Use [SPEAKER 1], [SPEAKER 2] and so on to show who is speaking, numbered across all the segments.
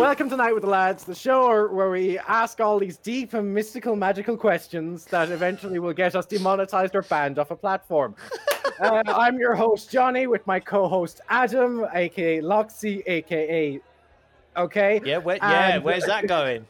[SPEAKER 1] Welcome tonight with the lads, the show where we ask all these deep and mystical, magical questions that eventually will get us demonetized or banned off a platform. Uh, I'm your host Johnny with my co-host Adam, aka Loxy, aka okay,
[SPEAKER 2] Yeah, where, yeah.
[SPEAKER 1] And-
[SPEAKER 2] Where's that going?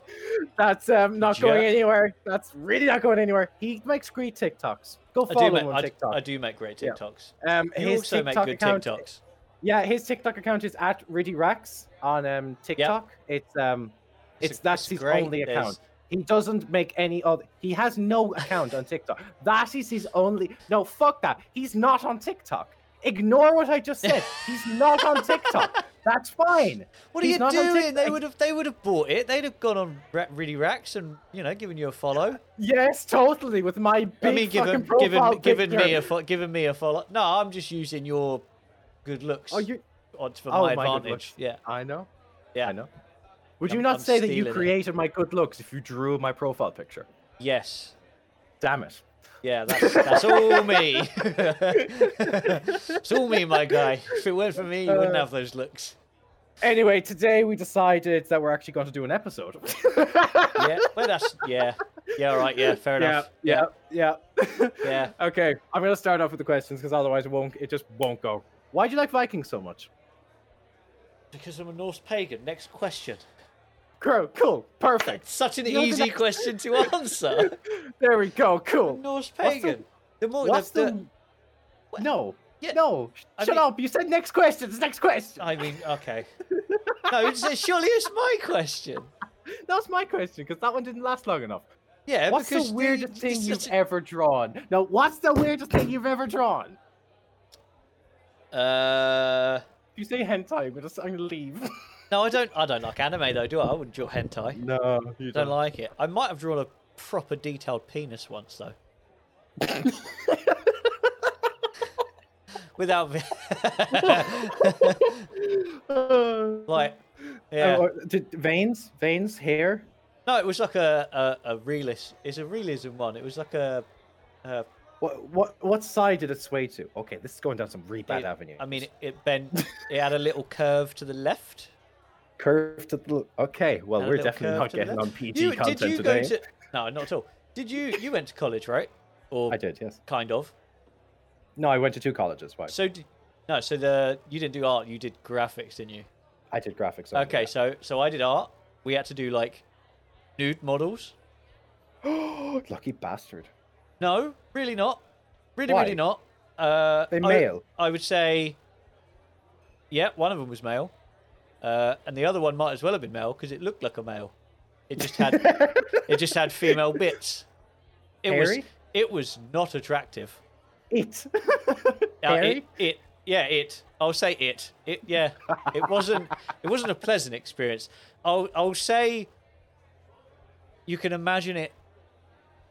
[SPEAKER 1] that's um, not going
[SPEAKER 2] Yeah.
[SPEAKER 1] anywhere. That's really not going anywhere. He makes great TikToks. Go
[SPEAKER 2] I
[SPEAKER 1] follow
[SPEAKER 2] do
[SPEAKER 1] him
[SPEAKER 2] make
[SPEAKER 1] on
[SPEAKER 2] I, d-
[SPEAKER 1] TikTok.
[SPEAKER 2] I do make great
[SPEAKER 1] Yeah.
[SPEAKER 2] TikToks.
[SPEAKER 1] um,
[SPEAKER 2] You
[SPEAKER 1] his
[SPEAKER 2] also
[SPEAKER 1] TikTok
[SPEAKER 2] make good
[SPEAKER 1] account,
[SPEAKER 2] TikToks.
[SPEAKER 1] Yeah, his TikTok account is at Riddy Rax on um, TikTok. It's um, it's,
[SPEAKER 2] a-
[SPEAKER 1] that's his
[SPEAKER 2] great.
[SPEAKER 1] only
[SPEAKER 2] There's-
[SPEAKER 1] account. He doesn't make any other. He has no account on TikTok. That is his only. No, fuck that. He's not on TikTok. Ignore what I just said. He's not on TikTok. That's fine.
[SPEAKER 2] What are
[SPEAKER 1] He's
[SPEAKER 2] you
[SPEAKER 1] not on
[SPEAKER 2] doing? They
[SPEAKER 1] TikTok.
[SPEAKER 2] would have. They would have bought it. They'd have gone on Ra- Really Racks and you know given you a follow.
[SPEAKER 1] Yes, totally. With my big
[SPEAKER 2] I mean,
[SPEAKER 1] fucking
[SPEAKER 2] given
[SPEAKER 1] profile
[SPEAKER 2] given given
[SPEAKER 1] picture.
[SPEAKER 2] me a fo- given me a follow. No, I'm just using your good looks
[SPEAKER 1] Oh, you.
[SPEAKER 2] odds for
[SPEAKER 1] Oh,
[SPEAKER 2] my
[SPEAKER 1] my good
[SPEAKER 2] advantage.
[SPEAKER 1] looks.
[SPEAKER 2] Yeah,
[SPEAKER 1] I know.
[SPEAKER 2] yeah,
[SPEAKER 1] I know. Would you
[SPEAKER 2] I'm-
[SPEAKER 1] not
[SPEAKER 2] I'm
[SPEAKER 1] say that you
[SPEAKER 2] stealing it.
[SPEAKER 1] created my good looks if you drew my profile picture?
[SPEAKER 2] yes,
[SPEAKER 1] Damn it.
[SPEAKER 2] yeah. That's, that's all me. it's all me, my guy. If it weren't for me, you wouldn't
[SPEAKER 1] Uh,
[SPEAKER 2] have those looks.
[SPEAKER 1] Anyway, today we decided that we're actually going to do an episode.
[SPEAKER 2] Yeah, but that's yeah, yeah. All right, yeah. Fair
[SPEAKER 1] yeah,
[SPEAKER 2] enough.
[SPEAKER 1] yeah, yeah.
[SPEAKER 2] yeah.
[SPEAKER 1] okay, I'm going to start off with the questions because otherwise it won't. It just won't go. Why do you like Vikings so much?
[SPEAKER 2] Because I'm a Norse pagan. Next question.
[SPEAKER 1] Cool, cool, perfect.
[SPEAKER 2] That's such an
[SPEAKER 1] You know,
[SPEAKER 2] easy
[SPEAKER 1] that-
[SPEAKER 2] question to answer.
[SPEAKER 1] There we go. Cool.
[SPEAKER 2] Norse
[SPEAKER 1] What's the-
[SPEAKER 2] pagan. The more
[SPEAKER 1] What's
[SPEAKER 2] the,
[SPEAKER 1] the? No,
[SPEAKER 2] Yeah,
[SPEAKER 1] no. sh-
[SPEAKER 2] I
[SPEAKER 1] Shut
[SPEAKER 2] mean-
[SPEAKER 1] up! You said next questions. Next question.
[SPEAKER 2] I mean, okay. No, it's, it's- surely it's my question. Oh.
[SPEAKER 1] That was my question because that one didn't last long enough.
[SPEAKER 2] Yeah,
[SPEAKER 1] What's
[SPEAKER 2] because
[SPEAKER 1] the weirdest thing
[SPEAKER 2] it's
[SPEAKER 1] you've e-
[SPEAKER 2] such
[SPEAKER 1] ever drawn? No, what's the weirdest thing you've ever drawn?
[SPEAKER 2] a- uh,
[SPEAKER 1] If you say hentai, I'm gonna, I'm gonna leave.
[SPEAKER 2] no, I don't. I don't like anime though, do I? I wouldn't draw hentai.
[SPEAKER 1] No, you
[SPEAKER 2] I don't like it. I might have drawn a proper detailed penis once though. Without like, yeah.
[SPEAKER 1] Oh, uh, or- did, veins, veins, hair.
[SPEAKER 2] No, it was like a a, a realist. It's a realism one. It was like a. Uh,
[SPEAKER 1] What, what, what side did it sway to? Okay, this is going down some really bad
[SPEAKER 2] it-
[SPEAKER 1] avenue.
[SPEAKER 2] I mean, it, it bent. it had a little curve to the left.
[SPEAKER 1] curved to the. Okay, well,
[SPEAKER 2] had a
[SPEAKER 1] we're
[SPEAKER 2] little
[SPEAKER 1] definitely
[SPEAKER 2] curve
[SPEAKER 1] not
[SPEAKER 2] to the
[SPEAKER 1] getting
[SPEAKER 2] left.
[SPEAKER 1] on PG
[SPEAKER 2] You-
[SPEAKER 1] content
[SPEAKER 2] did you
[SPEAKER 1] today.
[SPEAKER 2] Go to, no, not at all. Did you you went to college, right? Or
[SPEAKER 1] I did, yes.
[SPEAKER 2] kind of.
[SPEAKER 1] No, I went to two colleges. Right,
[SPEAKER 2] So did, no, so the you didn't do art. You did graphics, didn't you?
[SPEAKER 1] I did graphics. only,
[SPEAKER 2] Okay, so so I did art. We had to do like nude models.
[SPEAKER 1] yeah. lucky bastard.
[SPEAKER 2] No, really not. Really,
[SPEAKER 1] Why?
[SPEAKER 2] really not. Uh,
[SPEAKER 1] They
[SPEAKER 2] I-
[SPEAKER 1] male.
[SPEAKER 2] I would say, yeah, one of them was male, uh, and the other one might as well have been male because it looked like a male. It just had it just had female bits. It was
[SPEAKER 1] Hairy?
[SPEAKER 2] it was not attractive.
[SPEAKER 1] It.
[SPEAKER 2] Uh, it,
[SPEAKER 1] Hairy?
[SPEAKER 2] it yeah it I'll say it it yeah it wasn't it wasn't a pleasant experience. I'll I'll say you can imagine it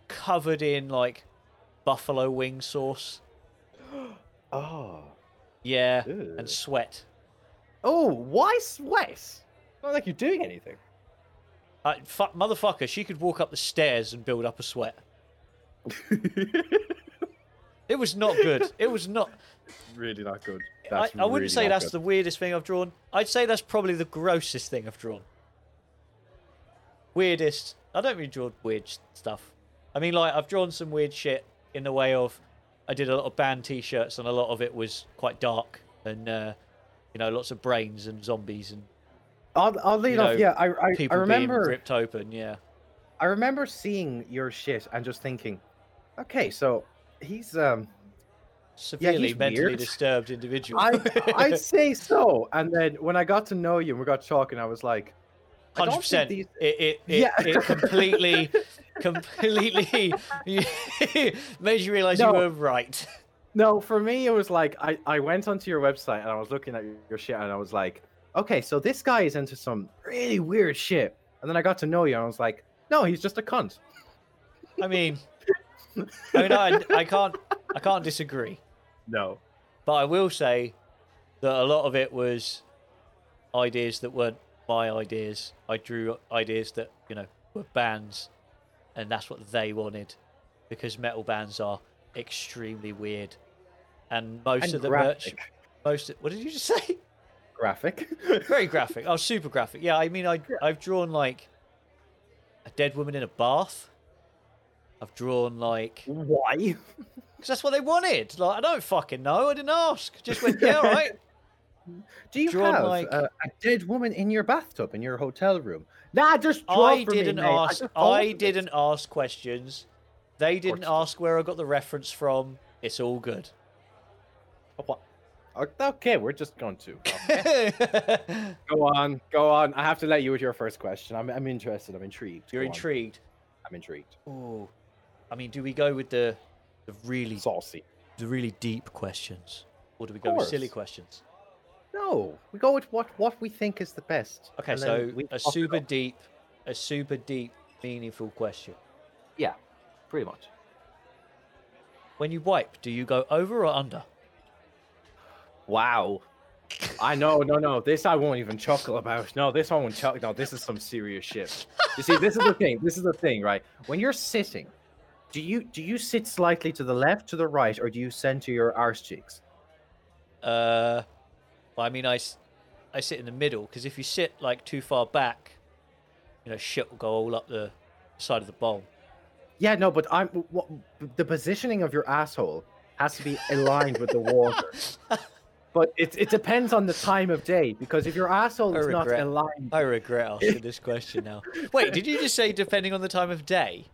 [SPEAKER 2] covered in like buffalo wing sauce.
[SPEAKER 1] Oh.
[SPEAKER 2] Yeah,
[SPEAKER 1] Ew.
[SPEAKER 2] and sweat.
[SPEAKER 1] Oh, why sweat? Not like you're doing anything.
[SPEAKER 2] Uh, fuck, motherfucker, she could walk up the stairs and build up a sweat. It was not good. It was not.
[SPEAKER 1] really not good.
[SPEAKER 2] I, I wouldn't say that's the weirdest thing I've drawn. I'd say that's probably the grossest thing I've drawn. Weirdest. I don't really draw weird s- stuff. I mean, like, I've drawn some weird shit in the way of I did a lot of band t shirts, and a lot of it was quite dark and, uh, you know, lots of brains and zombies and
[SPEAKER 1] Odd, oddly
[SPEAKER 2] you
[SPEAKER 1] enough,
[SPEAKER 2] know,
[SPEAKER 1] yeah, I, I, I
[SPEAKER 2] people
[SPEAKER 1] remember.
[SPEAKER 2] being ripped open. Yeah.
[SPEAKER 1] I remember seeing your shit and just thinking, okay, so he's um
[SPEAKER 2] Severely
[SPEAKER 1] he's
[SPEAKER 2] mentally
[SPEAKER 1] weird.
[SPEAKER 2] disturbed individual.
[SPEAKER 1] I I say so. And then when I got to know you and we got talking, I was like, I
[SPEAKER 2] hundred
[SPEAKER 1] don't think
[SPEAKER 2] percent.
[SPEAKER 1] these-
[SPEAKER 2] It it, it,
[SPEAKER 1] Yeah.
[SPEAKER 2] it completely, completely made you realise
[SPEAKER 1] No.
[SPEAKER 2] you were right.
[SPEAKER 1] No, for me it was like I, I went onto your website and I was looking at your shit and I was like, okay, so this guy is into some really weird shit. And then I got to know you and I was like, no, he's just a cunt.
[SPEAKER 2] I mean, I mean, I, I can't, I can't disagree,
[SPEAKER 1] No.
[SPEAKER 2] but I will say that a lot of it was ideas that weren't my ideas. I drew ideas that you know were bands, and that's what they wanted, because metal bands are extremely weird, and most
[SPEAKER 1] And
[SPEAKER 2] of the merch,
[SPEAKER 1] graphic.
[SPEAKER 2] most. Of, what did you just say?
[SPEAKER 1] graphic.
[SPEAKER 2] Very graphic. Oh, super graphic. Yeah, I mean, I I've drawn like a dead woman in a bath. I've drawn like
[SPEAKER 1] Why?
[SPEAKER 2] because that's what they wanted. Like I don't fucking know. I didn't ask. Just went yeah, all right.
[SPEAKER 1] Do you
[SPEAKER 2] Drawn
[SPEAKER 1] have
[SPEAKER 2] like-
[SPEAKER 1] uh, a dead woman in your bathtub in your hotel room? Nah, just draw
[SPEAKER 2] I
[SPEAKER 1] for me,
[SPEAKER 2] didn't
[SPEAKER 1] mate.
[SPEAKER 2] ask.
[SPEAKER 1] just thought
[SPEAKER 2] I
[SPEAKER 1] of it.
[SPEAKER 2] didn't ask questions. They didn't
[SPEAKER 1] you didn't.
[SPEAKER 2] ask where I got the reference from. It's all good.
[SPEAKER 1] O- Okay, we're just going to go on. Go on. I have to let you with your first question. I'm, I'm interested. I'm intrigued.
[SPEAKER 2] You're
[SPEAKER 1] Go on.
[SPEAKER 2] intrigued.
[SPEAKER 1] I'm intrigued.
[SPEAKER 2] Oh, I mean, do we go with the the really
[SPEAKER 1] Saucy.
[SPEAKER 2] the really deep questions, or do we go with
[SPEAKER 1] course.
[SPEAKER 2] silly questions?
[SPEAKER 1] No, we go with what what we think is the best.
[SPEAKER 2] Okay,
[SPEAKER 1] and then
[SPEAKER 2] so
[SPEAKER 1] we top
[SPEAKER 2] a
[SPEAKER 1] it
[SPEAKER 2] super
[SPEAKER 1] up.
[SPEAKER 2] deep, a super deep, meaningful question.
[SPEAKER 1] yeah, pretty much.
[SPEAKER 2] When you wipe, do you go over or under?
[SPEAKER 1] Wow. I know, no, no. This I won't even chuckle about. No, this I won't chuckle. No, this is some serious shit. You see, this is the thing. This is the thing, right? When you're sitting, do you do you sit slightly to the left, to the right, or do you center your arse cheeks?
[SPEAKER 2] Uh, well, I mean, I, s- I sit in the middle because if you sit like too far back, you know, shit will go all up the side of the bowl.
[SPEAKER 1] Yeah, no, but I'm what, the positioning of your asshole has to be aligned with the water. But it, it depends on the time of day because if your asshole
[SPEAKER 2] I
[SPEAKER 1] is not
[SPEAKER 2] regret-
[SPEAKER 1] aligned,
[SPEAKER 2] I regret asking this question now. Wait, did you just say depending on the time of day?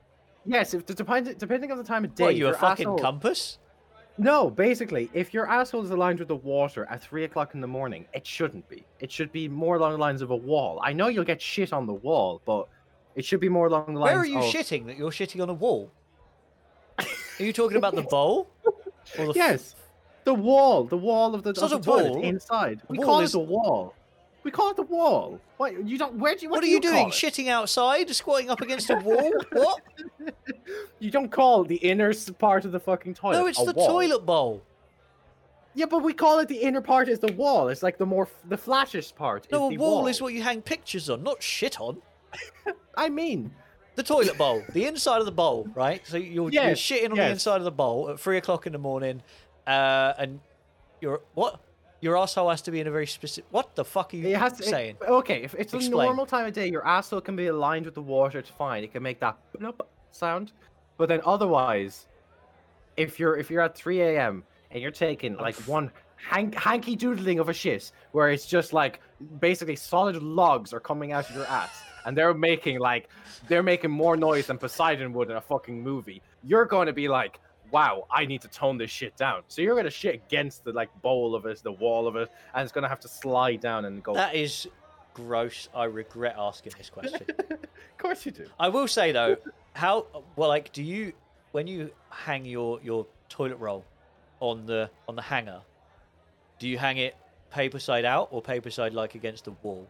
[SPEAKER 1] yes, if depending depending on the time of day,
[SPEAKER 2] what,
[SPEAKER 1] if
[SPEAKER 2] you a
[SPEAKER 1] your
[SPEAKER 2] fucking
[SPEAKER 1] asshole-
[SPEAKER 2] compass?
[SPEAKER 1] No, basically, if your asshole is aligned with the water at three o'clock in the morning, it shouldn't be. It should be more along the lines of a wall. I know you'll get shit on the wall, but it should be more along the lines.
[SPEAKER 2] Where are you
[SPEAKER 1] of...
[SPEAKER 2] shitting that you're shitting on a wall? Are you talking about the bowl? Or the f-
[SPEAKER 1] Yes, the wall, the wall of the,
[SPEAKER 2] It's
[SPEAKER 1] of
[SPEAKER 2] not
[SPEAKER 1] the
[SPEAKER 2] a
[SPEAKER 1] toilet
[SPEAKER 2] wall.
[SPEAKER 1] inside. We
[SPEAKER 2] Wall
[SPEAKER 1] call
[SPEAKER 2] is-
[SPEAKER 1] it a wall. We call it the wall. What you don't? Where do you? What,
[SPEAKER 2] what, are
[SPEAKER 1] do
[SPEAKER 2] you doing?
[SPEAKER 1] call it?
[SPEAKER 2] Shitting outside, squatting up against a wall? What?
[SPEAKER 1] You don't call the inner s- part of the fucking toilet.
[SPEAKER 2] No, it's
[SPEAKER 1] a
[SPEAKER 2] the
[SPEAKER 1] wall.
[SPEAKER 2] toilet bowl.
[SPEAKER 1] Yeah, but we call it the inner part is the wall. It's like the more f- the flashiest part.
[SPEAKER 2] No,
[SPEAKER 1] is
[SPEAKER 2] a
[SPEAKER 1] the
[SPEAKER 2] wall is what you hang pictures on, not shit on.
[SPEAKER 1] I mean.
[SPEAKER 2] The toilet bowl, the inside of the bowl, right? So you're,
[SPEAKER 1] Yes,
[SPEAKER 2] you're shitting on the
[SPEAKER 1] yes.
[SPEAKER 2] inside of the bowl at three o'clock in the morning, uh, and your what? Your asshole has to be in a very specific. What the fuck are you
[SPEAKER 1] It has to, it-
[SPEAKER 2] saying?
[SPEAKER 1] okay, if it's a
[SPEAKER 2] Explain.
[SPEAKER 1] normal time of day, your asshole can be aligned with the water. It's fine. It can make that blop sound. But then otherwise, if you're if you're at 3 a.m. and you're taking like
[SPEAKER 2] f-
[SPEAKER 1] one hank, hanky doodling of a shit, where it's just like basically solid logs are coming out of your ass, and they're making like they're making more noise than Poseidon would in a fucking movie. You're going to be like. Wow, I need to tone this shit down. So you're gonna shit against the like bowl of it, the wall of it, and it's gonna have to slide down and go.
[SPEAKER 2] That is gross. I regret asking this question.
[SPEAKER 1] Of course you do.
[SPEAKER 2] I will say though, how well like do you when you hang your your toilet roll on the on the hanger? Do you hang it paper side out or paper side like against the wall?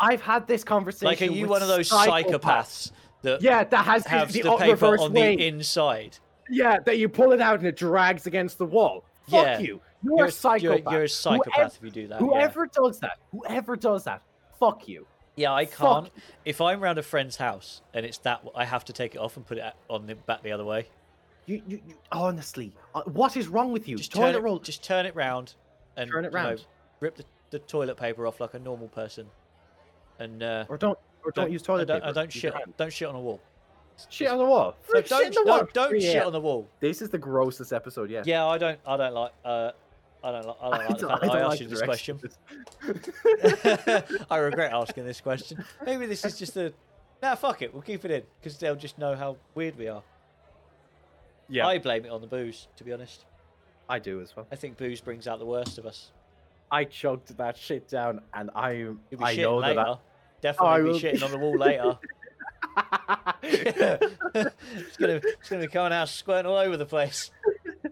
[SPEAKER 1] I've had this conversation.
[SPEAKER 2] Like, are you
[SPEAKER 1] with
[SPEAKER 2] one of those
[SPEAKER 1] psychopaths.
[SPEAKER 2] psychopaths that
[SPEAKER 1] Yeah, that has
[SPEAKER 2] have
[SPEAKER 1] the,
[SPEAKER 2] the
[SPEAKER 1] o-
[SPEAKER 2] paper
[SPEAKER 1] reverse
[SPEAKER 2] on
[SPEAKER 1] way.
[SPEAKER 2] the inside?
[SPEAKER 1] yeah, that you pull it out and it drags against the wall. Fuck
[SPEAKER 2] Yeah.
[SPEAKER 1] you. You're, a
[SPEAKER 2] You're,
[SPEAKER 1] psychopath.
[SPEAKER 2] you're a psychopath
[SPEAKER 1] Whoever,
[SPEAKER 2] if you do that. yeah.
[SPEAKER 1] whoever does that, whoever does that, fuck you.
[SPEAKER 2] Yeah, I
[SPEAKER 1] Fuck.
[SPEAKER 2] can't. If I'm around a friend's house and it's that, I have to take it off and put it a- on the back the other way.
[SPEAKER 1] You, you, you honestly, uh, what is wrong with you?
[SPEAKER 2] Just turn
[SPEAKER 1] Toilet
[SPEAKER 2] it,
[SPEAKER 1] roll.
[SPEAKER 2] just turn it round, and
[SPEAKER 1] Turn it
[SPEAKER 2] you know,
[SPEAKER 1] round.
[SPEAKER 2] rip the, the toilet paper off like a normal person, and uh,
[SPEAKER 1] or don't, or don't, use toilet
[SPEAKER 2] I don't,
[SPEAKER 1] paper.
[SPEAKER 2] I don't
[SPEAKER 1] Use
[SPEAKER 2] shit.
[SPEAKER 1] your
[SPEAKER 2] On,
[SPEAKER 1] hand.
[SPEAKER 2] don't shit on a wall.
[SPEAKER 1] Shit on the wall.
[SPEAKER 2] No,
[SPEAKER 1] Shit on
[SPEAKER 2] don't
[SPEAKER 1] the
[SPEAKER 2] no,
[SPEAKER 1] wall.
[SPEAKER 2] don't
[SPEAKER 1] Yeah.
[SPEAKER 2] shit on the wall.
[SPEAKER 1] This is the grossest episode yet.
[SPEAKER 2] Yeah, I don't. I don't like. Uh, I don't. Like, I don't like the fact that I,
[SPEAKER 1] don't
[SPEAKER 2] asked
[SPEAKER 1] like
[SPEAKER 2] you
[SPEAKER 1] the
[SPEAKER 2] this
[SPEAKER 1] direction
[SPEAKER 2] question. I regret asking this question. Maybe this is just a. Nah, fuck it. We'll keep it in because they'll just know how weird we are.
[SPEAKER 1] yeah,
[SPEAKER 2] I
[SPEAKER 1] I,
[SPEAKER 2] blame it on the booze, to be honest.
[SPEAKER 1] I do as well.
[SPEAKER 2] I think booze brings out the worst of us.
[SPEAKER 1] I chugged that shit down, and I,
[SPEAKER 2] You'll be
[SPEAKER 1] I
[SPEAKER 2] shitting
[SPEAKER 1] know
[SPEAKER 2] later.
[SPEAKER 1] that I,
[SPEAKER 2] Definitely
[SPEAKER 1] I
[SPEAKER 2] be
[SPEAKER 1] will be-
[SPEAKER 2] shitting on the wall later. it's gonna it's gonna be coming out squirting all over the place.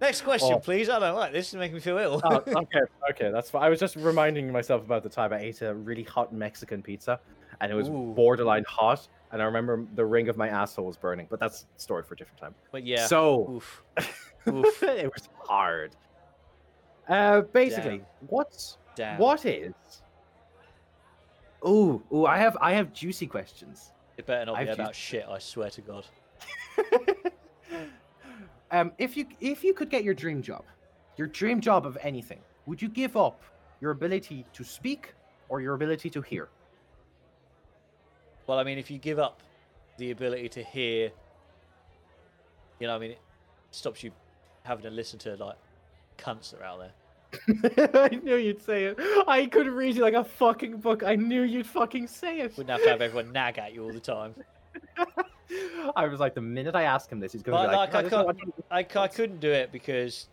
[SPEAKER 2] Next question,
[SPEAKER 1] Oh.
[SPEAKER 2] please. I don't like this. This is making me feel ill.
[SPEAKER 1] oh, okay, okay, that's fine. I was just reminding myself about the time I ate a really hot Mexican pizza, and it was
[SPEAKER 2] Ooh.
[SPEAKER 1] borderline hot. And I remember the ring of my asshole was burning, but that's a story for a different time.
[SPEAKER 2] but yeah.
[SPEAKER 1] So
[SPEAKER 2] Oof. Oof.
[SPEAKER 1] it was hard. Uh, basically,
[SPEAKER 2] Damn.
[SPEAKER 1] what's
[SPEAKER 2] Damn.
[SPEAKER 1] what is? Ooh, ooh, I have I have juicy questions.
[SPEAKER 2] It better not be
[SPEAKER 1] I've used
[SPEAKER 2] about
[SPEAKER 1] it.
[SPEAKER 2] shit. I swear to God.
[SPEAKER 1] Um, if you if you could get your dream job, your dream job of anything, would you give up your ability to speak or your ability to hear.
[SPEAKER 2] Well, I mean, if you give up the ability to hear, you know, I mean, it stops you having to listen to like cunts that are out there.
[SPEAKER 1] I knew you'd say it. I could read you like a fucking book. I knew you'd fucking say it.
[SPEAKER 2] Wouldn't have to have everyone nag at you all the time.
[SPEAKER 1] I was like, the minute I ask him this, he's gonna
[SPEAKER 2] But,
[SPEAKER 1] be like,
[SPEAKER 2] like, I
[SPEAKER 1] "Oh, this is
[SPEAKER 2] can't-
[SPEAKER 1] what I-
[SPEAKER 2] I, c- I couldn't do it because,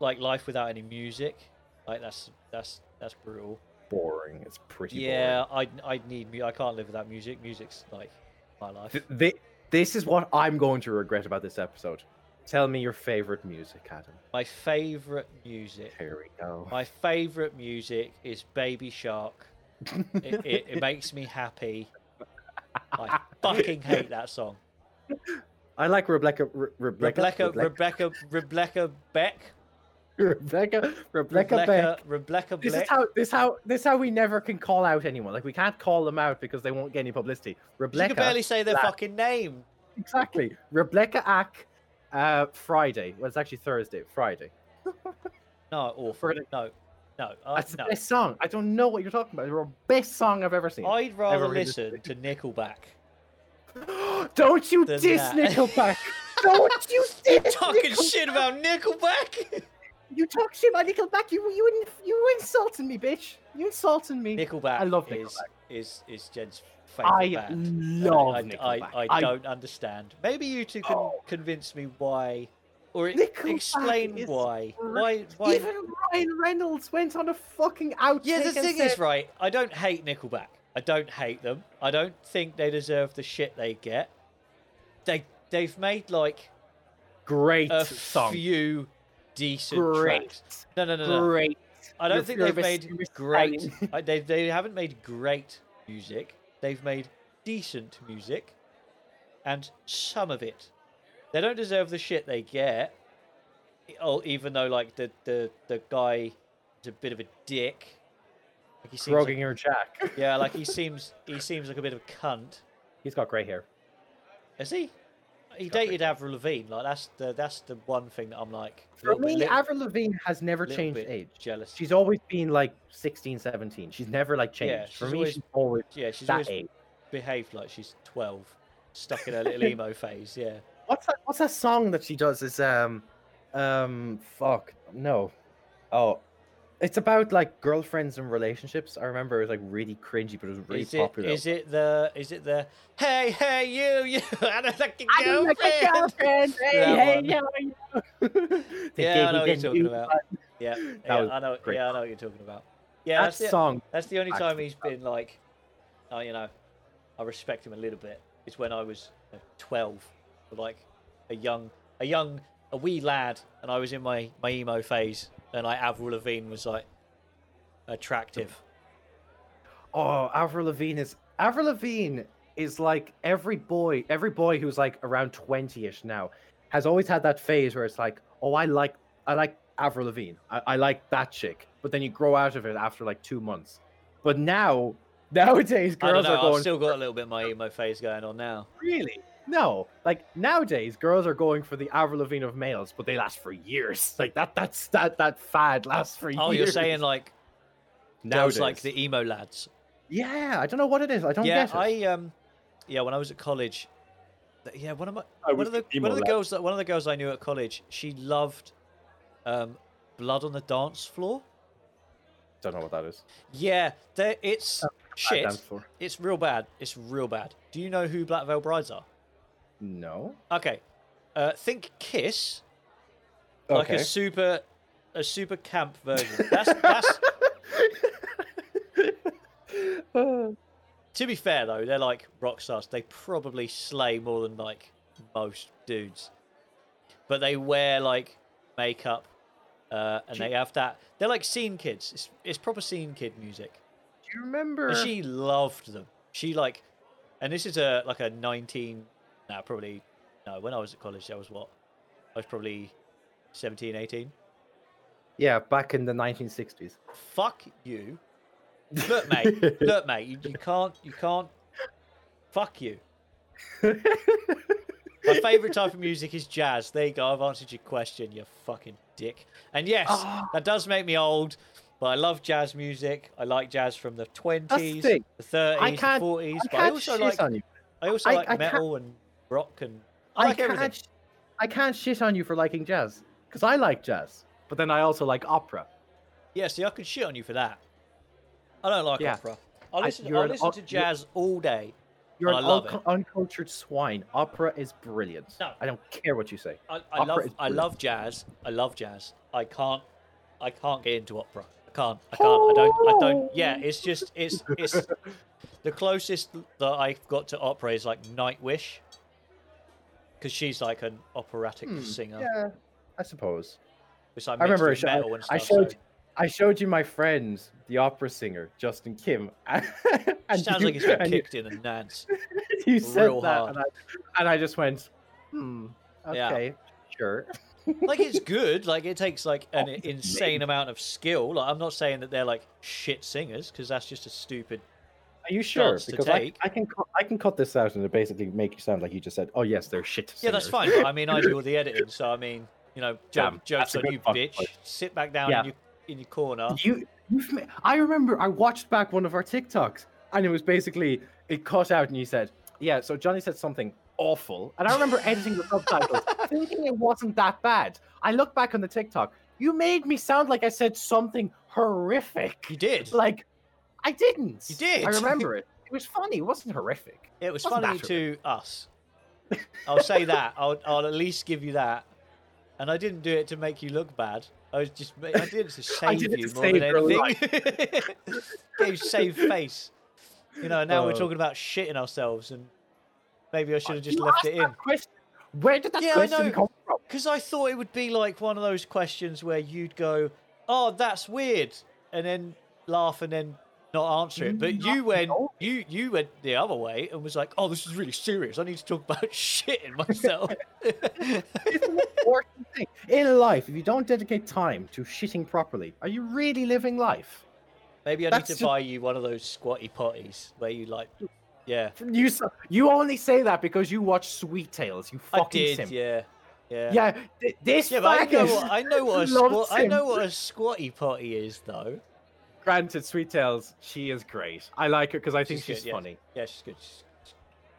[SPEAKER 2] like, life without any music, like that's that's that's brutal.
[SPEAKER 1] boring. It's pretty
[SPEAKER 2] yeah, I I need mu- I can't live without music. Music's like my life.
[SPEAKER 1] boring. Th- thi- this is what I'm going to regret about this episode. Tell me your favorite music, Adam.
[SPEAKER 2] My favorite music.
[SPEAKER 1] Here we go.
[SPEAKER 2] My favorite music is Baby Shark. It, it, it makes me happy. I fucking hate that song.
[SPEAKER 1] I like Rebecca. Re- Rebecca.
[SPEAKER 2] Rebecca Rebecca Rebecca Beck.
[SPEAKER 1] Rebecca. Rebecca. Beck.
[SPEAKER 2] Rebecca Rebecca
[SPEAKER 1] This is
[SPEAKER 2] Beck.
[SPEAKER 1] how this how this how we never can call out anyone. Like we can't call them out because they won't get any publicity.
[SPEAKER 2] You
[SPEAKER 1] Rebecca.
[SPEAKER 2] can barely say their
[SPEAKER 1] Black.
[SPEAKER 2] fucking name.
[SPEAKER 1] Exactly. Rebecca Ack. Uh, Friday. Well, it's actually Thursday. Friday.
[SPEAKER 2] No, awful.
[SPEAKER 1] Friday.
[SPEAKER 2] No, no, I,
[SPEAKER 1] That's
[SPEAKER 2] Oh, no.
[SPEAKER 1] the best song. I don't know what you're talking about. It's the best song I've ever seen.
[SPEAKER 2] I'd rather
[SPEAKER 1] really
[SPEAKER 2] listen to Nickelback.
[SPEAKER 1] Don't you
[SPEAKER 2] Than
[SPEAKER 1] diss
[SPEAKER 2] that.
[SPEAKER 1] Nickelback! Don't you diss
[SPEAKER 2] Talking
[SPEAKER 1] Nickel-
[SPEAKER 2] shit about Nickelback.
[SPEAKER 1] You talk shit about Nickelback. You you in- you insulting me, bitch. You insulting me.
[SPEAKER 2] Nickelback.
[SPEAKER 1] I love
[SPEAKER 2] is
[SPEAKER 1] Nickelback.
[SPEAKER 2] is is Jen's favorite
[SPEAKER 1] I
[SPEAKER 2] band. and
[SPEAKER 1] love
[SPEAKER 2] I,
[SPEAKER 1] Nickelback.
[SPEAKER 2] I, I, don't understand. Maybe you two can
[SPEAKER 1] Oh.
[SPEAKER 2] convince me why, or e-
[SPEAKER 1] Nickelback
[SPEAKER 2] explain
[SPEAKER 1] is
[SPEAKER 2] why.
[SPEAKER 1] great.
[SPEAKER 2] Why? Why?
[SPEAKER 1] Even Ryan Reynolds went on a fucking outtake.
[SPEAKER 2] Yeah, the
[SPEAKER 1] and
[SPEAKER 2] thing
[SPEAKER 1] said,
[SPEAKER 2] is, right? I don't hate Nickelback. I don't hate them. I don't think they deserve the shit they get. They they've made like
[SPEAKER 1] great
[SPEAKER 2] a
[SPEAKER 1] song,
[SPEAKER 2] few decent
[SPEAKER 1] great,
[SPEAKER 2] tracks. No, no, no, no.
[SPEAKER 1] great.
[SPEAKER 2] I don't
[SPEAKER 1] You're-
[SPEAKER 2] think
[SPEAKER 1] you're
[SPEAKER 2] they've
[SPEAKER 1] mis-
[SPEAKER 2] made
[SPEAKER 1] you're
[SPEAKER 2] great.
[SPEAKER 1] misspelling.
[SPEAKER 2] I, they they haven't made great music. They've made decent music, and some of it. They don't deserve the shit they get. Oh, even though like the the the guy is a bit of a dick. Like he seems
[SPEAKER 1] Grogging
[SPEAKER 2] like,
[SPEAKER 1] your jack.
[SPEAKER 2] yeah, like he seems he seems like a bit of a cunt.
[SPEAKER 1] He's got grey hair.
[SPEAKER 2] Is he? He
[SPEAKER 1] Got big
[SPEAKER 2] dated Avril Lavigne. Like that's the that's the one thing that I'm like. a
[SPEAKER 1] For
[SPEAKER 2] little bit-
[SPEAKER 1] me,
[SPEAKER 2] little-
[SPEAKER 1] Avril Lavigne has never
[SPEAKER 2] little
[SPEAKER 1] changed
[SPEAKER 2] bit
[SPEAKER 1] age.
[SPEAKER 2] Jealous.
[SPEAKER 1] She's always been like 16, 17. She's never like changed.
[SPEAKER 2] Yeah,
[SPEAKER 1] For
[SPEAKER 2] she's
[SPEAKER 1] me,
[SPEAKER 2] always-
[SPEAKER 1] she's always
[SPEAKER 2] yeah, she's
[SPEAKER 1] that
[SPEAKER 2] always
[SPEAKER 1] age.
[SPEAKER 2] behaved like she's 12, stuck in her little emo phase. Yeah.
[SPEAKER 1] What's that? What's that song that she does? Is um, um, fuck no, oh, it's about like girlfriends and relationships. I remember it was like really cringy, but it was really
[SPEAKER 2] is it
[SPEAKER 1] popular.
[SPEAKER 2] is it the is it the hey hey you you I don't fucking
[SPEAKER 1] I don't like my
[SPEAKER 2] girlfriend."
[SPEAKER 1] girlfriend. Hey,
[SPEAKER 2] That
[SPEAKER 1] hey,
[SPEAKER 2] one.
[SPEAKER 1] yeah, yeah. They
[SPEAKER 2] Yeah, I
[SPEAKER 1] gave
[SPEAKER 2] know what
[SPEAKER 1] me
[SPEAKER 2] you're
[SPEAKER 1] the
[SPEAKER 2] talking
[SPEAKER 1] new
[SPEAKER 2] about.
[SPEAKER 1] one.
[SPEAKER 2] Yeah, yeah,
[SPEAKER 1] was
[SPEAKER 2] I know.
[SPEAKER 1] great.
[SPEAKER 2] Yeah, I know what you're talking about. Yeah,
[SPEAKER 1] That
[SPEAKER 2] that's the,
[SPEAKER 1] song.
[SPEAKER 2] that's the only
[SPEAKER 1] Back
[SPEAKER 2] time
[SPEAKER 1] to
[SPEAKER 2] he's been like, oh, you know, I respect him a little bit. It's when I was you know, 12, or like a young a young a wee lad, and I was in my my emo phase, and like Avril Lavigne was like attractive.
[SPEAKER 1] Oh, Avril Lavigne is Avril Lavigne is like every boy, every boy who's like around twenty-ish now has always had that phase where it's like, oh, I like, I like Avril Lavigne, I, I like that chick, but then you grow out of it after like two months. But now, nowadays,
[SPEAKER 2] I don't
[SPEAKER 1] girls
[SPEAKER 2] know.
[SPEAKER 1] are going
[SPEAKER 2] I've still got a little bit of my emo phase going on now.
[SPEAKER 1] really no, like nowadays, girls are going for the Avril Lavigne of males, but they last for years. Like that, that's that that fad lasts for years.
[SPEAKER 2] Oh, you're saying like
[SPEAKER 1] nowadays,
[SPEAKER 2] girls like the emo lads?
[SPEAKER 1] yeah, I don't know what it is. I don't
[SPEAKER 2] yeah,
[SPEAKER 1] get it.
[SPEAKER 2] I um, yeah, when I was at college, th- yeah, one of my
[SPEAKER 1] I
[SPEAKER 2] one
[SPEAKER 1] was
[SPEAKER 2] of the
[SPEAKER 1] the emo
[SPEAKER 2] one of the
[SPEAKER 1] lad.
[SPEAKER 2] girls that one of the girls I knew at college, she loved um, blood on the dance floor.
[SPEAKER 1] don't know what that is.
[SPEAKER 2] Yeah, there
[SPEAKER 1] Oh,
[SPEAKER 2] it's
[SPEAKER 1] That dance
[SPEAKER 2] shit.
[SPEAKER 1] floor.
[SPEAKER 2] It's real bad. It's real bad. Do you know who Black Veil Brides are?
[SPEAKER 1] No.
[SPEAKER 2] Okay, uh, think Kiss, like a super, a super camp version. That's that's
[SPEAKER 1] Uh,
[SPEAKER 2] To be fair though, they're like rock stars. They probably slay more than like most dudes. But they wear like makeup, uh, and
[SPEAKER 1] Do you-
[SPEAKER 2] they have that. They're like scene kids. It's, it's proper scene kid music.
[SPEAKER 1] Do you remember?
[SPEAKER 2] And she loved them. She like, and this is a like a nineteen. Now probably no. When I was at college, I was what? I was probably 17, 18.
[SPEAKER 1] Yeah, back in the 1960s.
[SPEAKER 2] Fuck you. Look, mate. look, mate. You, you can't. You can't. Fuck you. My favourite type of music is jazz. There you go. I've answered your question, you fucking dick. And yes,
[SPEAKER 1] Ah.
[SPEAKER 2] that does make me old, But I love jazz music. I like jazz from the
[SPEAKER 1] the
[SPEAKER 2] twenties, the
[SPEAKER 1] thing.
[SPEAKER 2] thirties, the
[SPEAKER 1] can't-
[SPEAKER 2] forties.
[SPEAKER 1] I
[SPEAKER 2] But I
[SPEAKER 1] can't
[SPEAKER 2] also
[SPEAKER 1] shit
[SPEAKER 2] like
[SPEAKER 1] on you.
[SPEAKER 2] I also
[SPEAKER 1] I-
[SPEAKER 2] like
[SPEAKER 1] I can't-
[SPEAKER 2] metal and rock and I like
[SPEAKER 1] can't,
[SPEAKER 2] everything.
[SPEAKER 1] sh- I can't shit on you for liking jazz because I like jazz, but then I also like opera.
[SPEAKER 2] Yeah, see, I could shit on you for that. I don't like
[SPEAKER 1] Yeah.
[SPEAKER 2] opera. I
[SPEAKER 1] I-
[SPEAKER 2] listen, I,
[SPEAKER 1] you're an
[SPEAKER 2] listen
[SPEAKER 1] op-
[SPEAKER 2] to
[SPEAKER 1] you-
[SPEAKER 2] jazz all day.
[SPEAKER 1] You're
[SPEAKER 2] Oh, I
[SPEAKER 1] an
[SPEAKER 2] love
[SPEAKER 1] uncu-
[SPEAKER 2] it.
[SPEAKER 1] uncultured swine. Opera is brilliant.
[SPEAKER 2] No.
[SPEAKER 1] I don't care what you say.
[SPEAKER 2] I, I
[SPEAKER 1] Opera
[SPEAKER 2] love,
[SPEAKER 1] is
[SPEAKER 2] I
[SPEAKER 1] brilliant.
[SPEAKER 2] love jazz. I love jazz. I can't, I can't get into opera. I can't. I can't. I don't. I
[SPEAKER 1] Oh.
[SPEAKER 2] don't. Yeah, it's just, it's, it's. the closest that I've got to opera is like Nightwish, because she's like an operatic
[SPEAKER 1] Hmm,
[SPEAKER 2] singer.
[SPEAKER 1] Yeah, I suppose.
[SPEAKER 2] Which I,
[SPEAKER 1] I remember I,
[SPEAKER 2] with
[SPEAKER 1] sho-
[SPEAKER 2] metal and
[SPEAKER 1] I
[SPEAKER 2] stuff,
[SPEAKER 1] showed
[SPEAKER 2] so-
[SPEAKER 1] I showed you my friend, the opera singer Justin Kim, and
[SPEAKER 2] sounds
[SPEAKER 1] you,
[SPEAKER 2] like he's been
[SPEAKER 1] and you-
[SPEAKER 2] kicked in the nads.
[SPEAKER 1] you said
[SPEAKER 2] real
[SPEAKER 1] that,
[SPEAKER 2] hard.
[SPEAKER 1] and I, and I just went, hmm,
[SPEAKER 2] Yeah.
[SPEAKER 1] okay, sure.
[SPEAKER 2] like it's good like it takes like an
[SPEAKER 1] Oh, it's
[SPEAKER 2] insane amount of skill like i'm not saying that they're like shit singers because that's just a stupid
[SPEAKER 1] Are you sure?
[SPEAKER 2] Shots to
[SPEAKER 1] Because I,
[SPEAKER 2] take.
[SPEAKER 1] I can cu- I can cut this out and it basically make you sound like you just said, oh yes, they're shit.
[SPEAKER 2] yeah that's
[SPEAKER 1] singers."
[SPEAKER 2] fine but i mean i do all the editing so i mean you know joke,
[SPEAKER 1] Damn,
[SPEAKER 2] jokes
[SPEAKER 1] that's a
[SPEAKER 2] on
[SPEAKER 1] good
[SPEAKER 2] you
[SPEAKER 1] fucking
[SPEAKER 2] bitch
[SPEAKER 1] point.
[SPEAKER 2] sit back down
[SPEAKER 1] Yeah.
[SPEAKER 2] in, your, in your corner
[SPEAKER 1] You, you've ma- I remember I watched back one of our TikToks and it was basically it cut out and you said, yeah. So Johnny said something awful, and I remember editing the subtitles, thinking it wasn't that bad. I look back on the TikTok. You made me sound like I said something horrific.
[SPEAKER 2] you did
[SPEAKER 1] Like I didn't.
[SPEAKER 2] You did.
[SPEAKER 1] I remember it. It was funny. It wasn't horrific.
[SPEAKER 2] it was
[SPEAKER 1] wasn't
[SPEAKER 2] funny
[SPEAKER 1] that
[SPEAKER 2] to us i'll say that I'll, I'll at least give you that and i didn't do it to make you look bad i was just i did it to save
[SPEAKER 1] did it
[SPEAKER 2] you
[SPEAKER 1] to
[SPEAKER 2] more than
[SPEAKER 1] save your
[SPEAKER 2] anything gave you save face you know now we're
[SPEAKER 1] Oh.
[SPEAKER 2] talking about shitting ourselves and maybe i should have just
[SPEAKER 1] You
[SPEAKER 2] left
[SPEAKER 1] asked
[SPEAKER 2] it in
[SPEAKER 1] that question. Where did that
[SPEAKER 2] Yeah, I know.
[SPEAKER 1] question come from?
[SPEAKER 2] Because I thought it would be like one of those questions where you'd go, "Oh, that's weird," and then laugh and then not answer it. But you
[SPEAKER 1] Not
[SPEAKER 2] went,
[SPEAKER 1] know.
[SPEAKER 2] you you went the other way and was like, "Oh, this is really serious. I need to talk about shitting myself."
[SPEAKER 1] It's an important thing in life. If you don't dedicate time to shitting properly, are you really living life?
[SPEAKER 2] Maybe I need
[SPEAKER 1] That's
[SPEAKER 2] to
[SPEAKER 1] just-
[SPEAKER 2] buy you one of those squatty potties where you like, yeah,
[SPEAKER 1] You s- you only say that because you watch Sweet Tales. You
[SPEAKER 2] I
[SPEAKER 1] fucking
[SPEAKER 2] did,
[SPEAKER 1] simp.
[SPEAKER 2] yeah, yeah,
[SPEAKER 1] Yeah, th- this
[SPEAKER 2] Yeah, but I know
[SPEAKER 1] faggot.
[SPEAKER 2] what I know what a
[SPEAKER 1] loves
[SPEAKER 2] squat, I
[SPEAKER 1] him.
[SPEAKER 2] know what a squatty potty is though.
[SPEAKER 1] Granted, Sweet Tales, she is great. I like her because I think
[SPEAKER 2] She's good,
[SPEAKER 1] she's,
[SPEAKER 2] yeah.
[SPEAKER 1] funny.
[SPEAKER 2] Yeah, she's good. She's,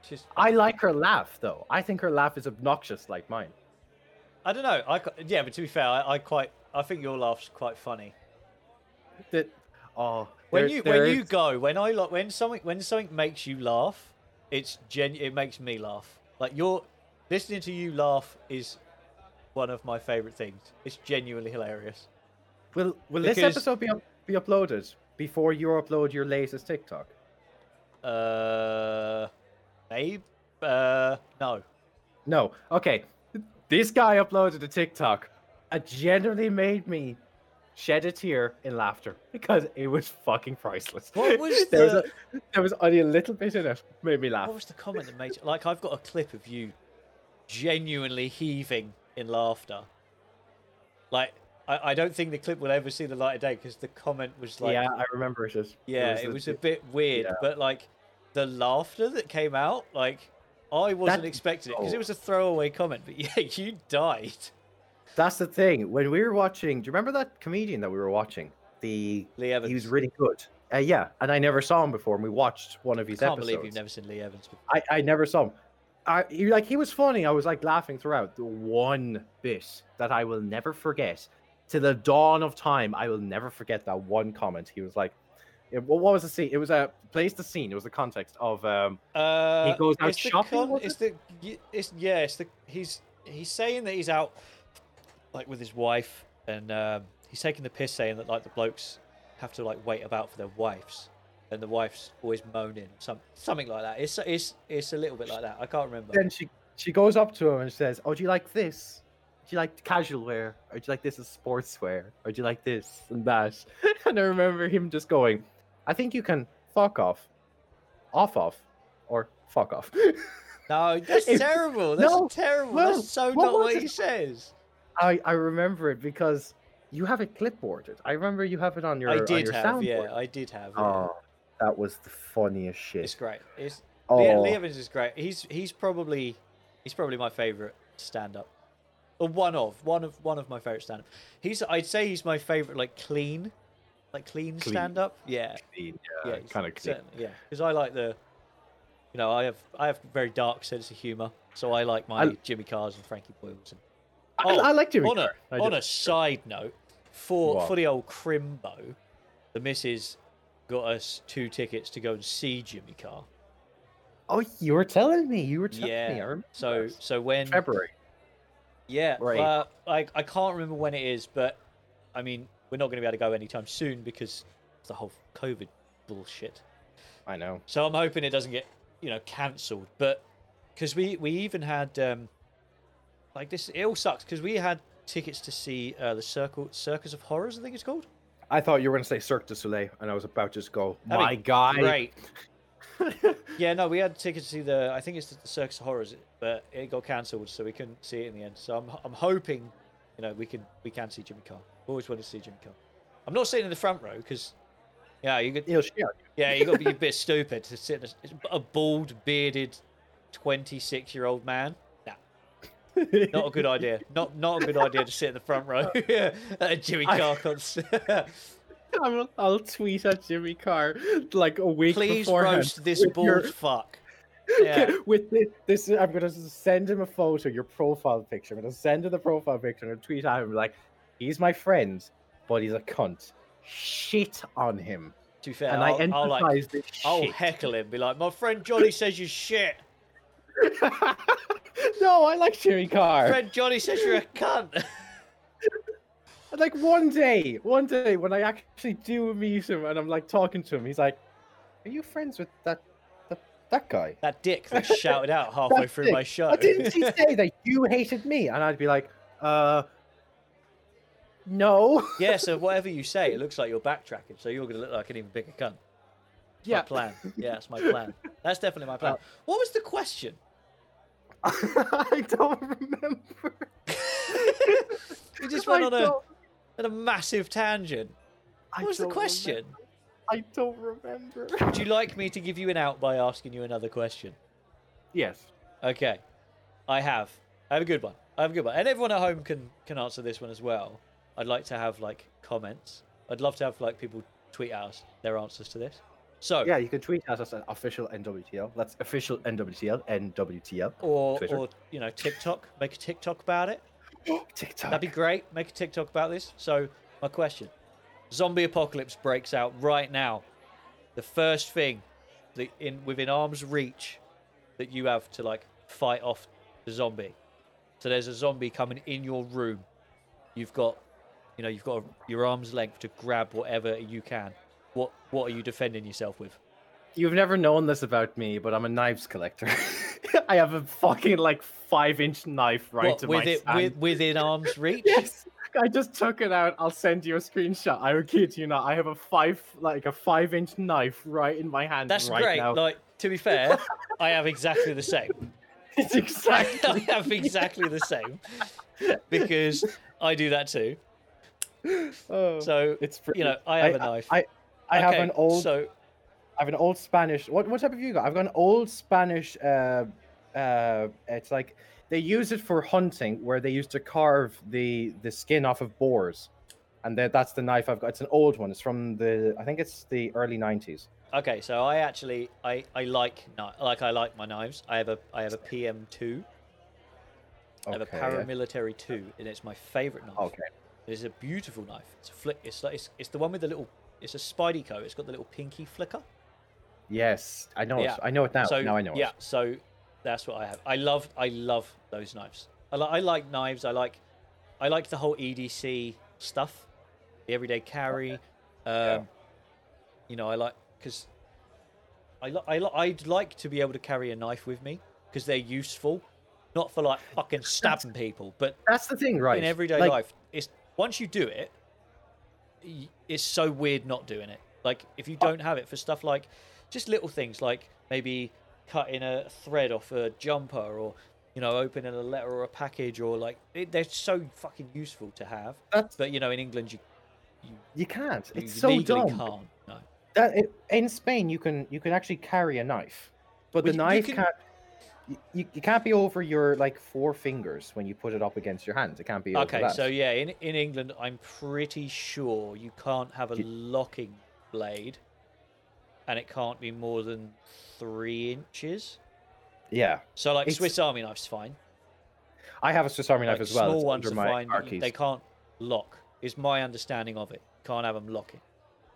[SPEAKER 2] she's
[SPEAKER 1] I like her laugh though. I think her laugh is obnoxious, like mine.
[SPEAKER 2] I don't know. I qu- yeah, but to be fair, I, I quite I think your laugh's quite funny.
[SPEAKER 1] That oh,
[SPEAKER 2] When
[SPEAKER 1] there-
[SPEAKER 2] you
[SPEAKER 1] there
[SPEAKER 2] when you
[SPEAKER 1] is-
[SPEAKER 2] go when I like when something when something makes you laugh, it's gen it makes me laugh. Like your listening to you laugh is one of my favorite things. It's genuinely hilarious.
[SPEAKER 1] will will this
[SPEAKER 2] because-
[SPEAKER 1] episode be up, be uploaded before you upload your latest TikTok?
[SPEAKER 2] Uh, maybe uh no.
[SPEAKER 1] No. Okay. This guy uploaded a TikTok. It generally made me shed a tear in laughter because it was fucking priceless.
[SPEAKER 2] What was Oh,
[SPEAKER 1] there, was a, there was only a little bit in it made me laugh.
[SPEAKER 2] What was the comment that made you like? I've got a clip of you genuinely heaving in laughter. Like, I, I don't think the clip will ever see the light of day because the comment was like,
[SPEAKER 1] yeah,
[SPEAKER 2] yeah,
[SPEAKER 1] I remember it. is-
[SPEAKER 2] it was a bit weird,
[SPEAKER 1] yeah.
[SPEAKER 2] but like the laughter that came out, like I wasn't
[SPEAKER 1] That-
[SPEAKER 2] expecting it because
[SPEAKER 1] oh.
[SPEAKER 2] it was a throwaway comment. But yeah, you died.
[SPEAKER 1] That's the thing. When we were watching, do you remember that comedian that we were watching? The
[SPEAKER 2] Lee Evans.
[SPEAKER 1] he was really good. Uh, yeah, and I never saw him before, and we watched one of
[SPEAKER 2] I
[SPEAKER 1] his
[SPEAKER 2] can't
[SPEAKER 1] episodes.
[SPEAKER 2] believe you've never seen Lee Evans before.
[SPEAKER 1] I, I never saw him. I he, like he was funny. I was like laughing throughout. The one bit that I will never forget to the dawn of time, I will never forget that one comment. He was like, it, "What what was the scene? It was a place the scene. It was the context of um,
[SPEAKER 2] Uh,
[SPEAKER 1] goes out
[SPEAKER 2] it's the
[SPEAKER 1] shopping,
[SPEAKER 2] Con-
[SPEAKER 1] was
[SPEAKER 2] it's the y- it's yeah. It's the he's he's saying that he's out like with his wife, and um, he's taking the piss, saying that like the blokes have to like wait about for their wives, and the wife's always moaning some something like that. It's it's it's a little bit like that. I can't remember.
[SPEAKER 1] then she she goes up to him and says, "Oh, do you like this? Do you like casual wear? Or do you like this as sportswear? Or do you like this and that?" And I remember him just going, "I think you can fuck off, off off, or fuck off."
[SPEAKER 2] No, that's
[SPEAKER 1] It-
[SPEAKER 2] terrible. That's
[SPEAKER 1] no,
[SPEAKER 2] terrible.
[SPEAKER 1] no,
[SPEAKER 2] that's so
[SPEAKER 1] what
[SPEAKER 2] not
[SPEAKER 1] was
[SPEAKER 2] what
[SPEAKER 1] it?
[SPEAKER 2] he says.
[SPEAKER 1] I I remember it because you have it clipboarded. I remember you have it on your
[SPEAKER 2] I
[SPEAKER 1] on
[SPEAKER 2] did
[SPEAKER 1] your
[SPEAKER 2] have, yeah,
[SPEAKER 1] soundboard.
[SPEAKER 2] I did have. yeah.
[SPEAKER 1] Oh, that was the funniest shit.
[SPEAKER 2] It's great. It's
[SPEAKER 1] oh,
[SPEAKER 2] Yeah, Lee Evans is great. He's he's probably he's probably my favorite stand up. Or one of one of one of my favorite stand up. He's I'd say he's my favorite like clean like clean,
[SPEAKER 1] Clean.
[SPEAKER 2] stand up. Yeah, uh,
[SPEAKER 1] Clean,
[SPEAKER 2] yeah,
[SPEAKER 1] yeah, kind of clean.
[SPEAKER 2] certainly, Yeah, because I like the, you know, I have I have very dark sense of humor, so I like my
[SPEAKER 1] I-
[SPEAKER 2] Jimmy Cars and Frankie Boyles. And,
[SPEAKER 1] I, I like Jimmy.
[SPEAKER 2] oh, on a,
[SPEAKER 1] Carr. I
[SPEAKER 2] on
[SPEAKER 1] do.
[SPEAKER 2] a side note, for
[SPEAKER 1] What?
[SPEAKER 2] for the old Crimbo, the missus got us two tickets to go and see Jimmy Carr.
[SPEAKER 1] Oh, you were telling me. You were telling me. I
[SPEAKER 2] Yeah.
[SPEAKER 1] remember
[SPEAKER 2] So
[SPEAKER 1] this.
[SPEAKER 2] so when
[SPEAKER 1] February.
[SPEAKER 2] yeah,
[SPEAKER 1] Right.
[SPEAKER 2] uh, I I can't remember when it is, but I mean we're not going to be able to go anytime soon because it's the whole COVID bullshit.
[SPEAKER 1] I know.
[SPEAKER 2] So I'm hoping it doesn't get, you know, cancelled. But because we we even had um, like this, it all sucks because we had tickets to see uh, the Circle Circus of Horrors, I think it's called.
[SPEAKER 1] I thought you were going to say Cirque du Soleil, and I was about to just go,
[SPEAKER 2] That'd be
[SPEAKER 1] my guy.
[SPEAKER 2] Great. yeah, no, we had tickets to see the. I think it's the Circus of Horrors, but it got cancelled, so we couldn't see it in the end. So I'm I'm hoping, you know, we can we can see Jimmy Carr. Always wanted to see Jimmy Carr. I'm not sitting in the front row because. Yeah, you could,
[SPEAKER 1] He'll shit on you.
[SPEAKER 2] Yeah, you got to be a bit stupid to sit in a, it's a bald, bearded, twenty-six-year-old man. Nah, not a good idea. Not not a good idea to sit in the front row at a Jimmy
[SPEAKER 1] I-
[SPEAKER 2] Carr concert.
[SPEAKER 1] I'll, I'll tweet at Jimmy Carr like a week
[SPEAKER 2] Please
[SPEAKER 1] beforehand
[SPEAKER 2] roast this
[SPEAKER 1] with
[SPEAKER 2] bald
[SPEAKER 1] your-
[SPEAKER 2] fuck. Yeah,
[SPEAKER 1] With this, this, I'm gonna send him a photo, your profile picture. I'm gonna send him the profile picture and tweet at him like, "He's my friend, but he's a cunt. Shit on him."
[SPEAKER 2] to be fair,
[SPEAKER 1] and I
[SPEAKER 2] I'll, I'll,
[SPEAKER 1] emphasize
[SPEAKER 2] like,
[SPEAKER 1] this
[SPEAKER 2] I'll
[SPEAKER 1] shit.
[SPEAKER 2] Oh, heckle him, be like, "My friend Johnny says you shit.
[SPEAKER 1] no, I like Jimmy Carr.
[SPEAKER 2] Friend Johnny says you're a cunt."
[SPEAKER 1] And, like one day, one day when I actually do meet him and I'm like talking to him, he's like, "Are you friends with that that, that guy?"
[SPEAKER 2] that dick that shouted out halfway
[SPEAKER 1] That
[SPEAKER 2] through
[SPEAKER 1] dick.
[SPEAKER 2] my show.
[SPEAKER 1] But didn't he say that you hated me? And I'd be like, "Uh, no."
[SPEAKER 2] yeah, so whatever you say, it looks like you're backtracking. So you're going to look like an even bigger cunt. yeah. my plan. Yeah, that's my plan. That's definitely my
[SPEAKER 1] Oh.
[SPEAKER 2] plan. What was the question?
[SPEAKER 1] I don't remember.
[SPEAKER 2] We just went
[SPEAKER 1] I
[SPEAKER 2] on a,
[SPEAKER 1] don't-
[SPEAKER 2] on a massive tangent.
[SPEAKER 1] I
[SPEAKER 2] What was the
[SPEAKER 1] don't remem-
[SPEAKER 2] question?
[SPEAKER 1] I don't remember.
[SPEAKER 2] Would you like me to give you an out by asking you another question?
[SPEAKER 1] Yes.
[SPEAKER 2] Okay, I have. I have a good one. I have a good one, and everyone at home can can answer this one as well. I'd like to have like comments. I'd love to have like people tweet at us their answers to this. So
[SPEAKER 1] Yeah, you can tweet at us at official NWTL. That's official NWTL, NWTL.
[SPEAKER 2] or
[SPEAKER 1] Twitter.
[SPEAKER 2] or you know TikTok, make a TikTok about it.
[SPEAKER 1] TikTok.
[SPEAKER 2] That'd be great. Make a TikTok about this. So, my question zombie apocalypse breaks out right now. The first thing that in within arm's reach that you have to like fight off the zombie. So there's a zombie coming in your room. You've got you know, you've got your arm's length to grab whatever you can. What what are you defending yourself with?
[SPEAKER 1] You've never known this about me, but I'm a knives collector. I have a fucking like five inch knife right
[SPEAKER 2] what,
[SPEAKER 1] to
[SPEAKER 2] with
[SPEAKER 1] my
[SPEAKER 2] it
[SPEAKER 1] stand.
[SPEAKER 2] with, within arm's reach?
[SPEAKER 1] Yes, I just took it out. I'll send you a screenshot. I will kid you not. I have a five like a five inch knife right in my hand
[SPEAKER 2] That's
[SPEAKER 1] right
[SPEAKER 2] great.
[SPEAKER 1] now.
[SPEAKER 2] Like to be fair, I have exactly the same.
[SPEAKER 1] it's
[SPEAKER 2] I
[SPEAKER 1] exactly.
[SPEAKER 2] have exactly the same because I do that too.
[SPEAKER 1] Oh,
[SPEAKER 2] So
[SPEAKER 1] it's pretty.
[SPEAKER 2] you know, I have a knife.
[SPEAKER 1] I, I have
[SPEAKER 2] Okay,
[SPEAKER 1] an old.
[SPEAKER 2] So
[SPEAKER 1] I have an old Spanish. What what type have you got? I've got an old Spanish. Uh, uh, it's like they use it for hunting, where they used to carve the the skin off of boars, and that that's the knife I've got. It's an old one. It's from the I think it's the early nineties.
[SPEAKER 2] okay, so I actually I I like kni- like I like my knives. I have a I have a PM two. I have a paramilitary two, and it's my favorite knife.
[SPEAKER 1] okay.
[SPEAKER 2] It's a beautiful knife. It's a flick. It's like it's, it's the one with the little. It's a spidey coat. It's got the little pinky flicker.
[SPEAKER 1] Yes, I know
[SPEAKER 2] Yeah.
[SPEAKER 1] it. I know it now.
[SPEAKER 2] so
[SPEAKER 1] now I know
[SPEAKER 2] yeah,
[SPEAKER 1] it.
[SPEAKER 2] so that's what I have. I love I love those knives. I, li- I like knives. I like I like the whole EDC stuff, the everyday carry. Um, You know, I like because I li- I li- I'd like to be able to carry a knife with me because they're useful, not for like fucking stabbing people, but
[SPEAKER 1] That's the thing, right?
[SPEAKER 2] in everyday
[SPEAKER 1] Like,
[SPEAKER 2] life. It's once you do it, y- it's so weird not doing it. Like if you don't have it for stuff like just little things like maybe cutting a thread off a jumper or you know opening a letter or a package or like it, they're so fucking useful to have.
[SPEAKER 1] That's-
[SPEAKER 2] But you know in England you,
[SPEAKER 1] You can't.
[SPEAKER 2] you
[SPEAKER 1] It's so
[SPEAKER 2] legally
[SPEAKER 1] dumb.
[SPEAKER 2] can't. No.
[SPEAKER 1] That it, in Spain, you can you can actually carry a knife, but
[SPEAKER 2] Well,
[SPEAKER 1] the
[SPEAKER 2] you
[SPEAKER 1] knife
[SPEAKER 2] can-
[SPEAKER 1] can... not you, you, you can't be over your like four fingers when you put it up against your hands. It can't be over
[SPEAKER 2] Okay,
[SPEAKER 1] that.
[SPEAKER 2] so yeah, in, in England, I'm pretty sure you can't have a
[SPEAKER 1] You-
[SPEAKER 2] locking blade, and it can't be more than three inches.
[SPEAKER 1] yeah,
[SPEAKER 2] So like
[SPEAKER 1] It's-
[SPEAKER 2] Swiss Army knife's fine.
[SPEAKER 1] I have a Swiss Army knife
[SPEAKER 2] like,
[SPEAKER 1] as well.
[SPEAKER 2] Small
[SPEAKER 1] it's
[SPEAKER 2] ones
[SPEAKER 1] under
[SPEAKER 2] are
[SPEAKER 1] my
[SPEAKER 2] fine.
[SPEAKER 1] car
[SPEAKER 2] but
[SPEAKER 1] keys.
[SPEAKER 2] They can't lock. Is my understanding of it. Can't have them locking.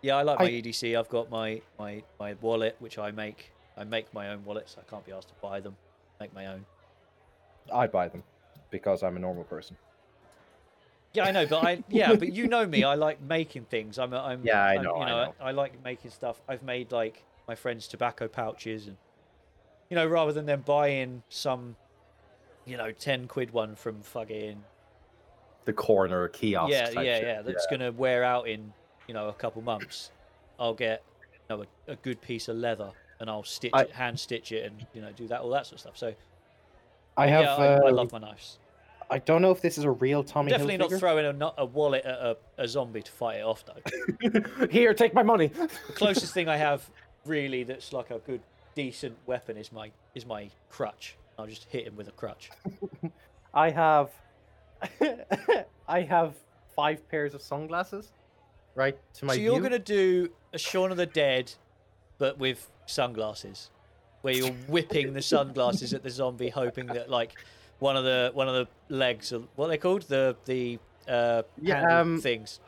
[SPEAKER 2] Yeah, I like my
[SPEAKER 1] I-
[SPEAKER 2] EDC. I've got my my my wallet, which I make. I make my own wallets. I can't be asked to buy them. Make my own.
[SPEAKER 1] I buy them because I'm a normal person.
[SPEAKER 2] Yeah, I know, but I yeah, but you know me. I like making things. I'm, a- I'm
[SPEAKER 1] Yeah, I
[SPEAKER 2] I'm-
[SPEAKER 1] know,
[SPEAKER 2] you
[SPEAKER 1] I
[SPEAKER 2] know,
[SPEAKER 1] know.
[SPEAKER 2] I, like making stuff. I've made like my friends' tobacco pouches, and you know, rather than them buying some, you know, ten quid one from fucking
[SPEAKER 1] The corner kiosk.
[SPEAKER 2] yeah,
[SPEAKER 1] type
[SPEAKER 2] yeah,
[SPEAKER 1] shit.
[SPEAKER 2] yeah, that's gonna wear out in you know a couple months. I'll get you know a, a good piece of leather, and I'll stitch
[SPEAKER 1] I-
[SPEAKER 2] it, hand stitch it, and you know do that all that sort of stuff. So
[SPEAKER 1] I have.
[SPEAKER 2] yeah, I,
[SPEAKER 1] uh,
[SPEAKER 2] I love my knives.
[SPEAKER 1] I don't know if this is a real Tommy
[SPEAKER 2] Definitely not
[SPEAKER 1] Hilfiger.
[SPEAKER 2] throwing a, not a wallet at a, a zombie to fight it off though.
[SPEAKER 1] Here, take my money.
[SPEAKER 2] The closest thing I have really that's like a good decent weapon is my is my crutch. I'll just hit him with a crutch.
[SPEAKER 1] I have I have five pairs of sunglasses. Right to my
[SPEAKER 2] so you're
[SPEAKER 1] view.
[SPEAKER 2] gonna do a Shaun of the Dead, but with sunglasses, where you're whipping the sunglasses at the zombie, hoping that like one of the one of the legs, or what are they called? The the uh,
[SPEAKER 1] Yeah,
[SPEAKER 2] handle
[SPEAKER 1] um,
[SPEAKER 2] things.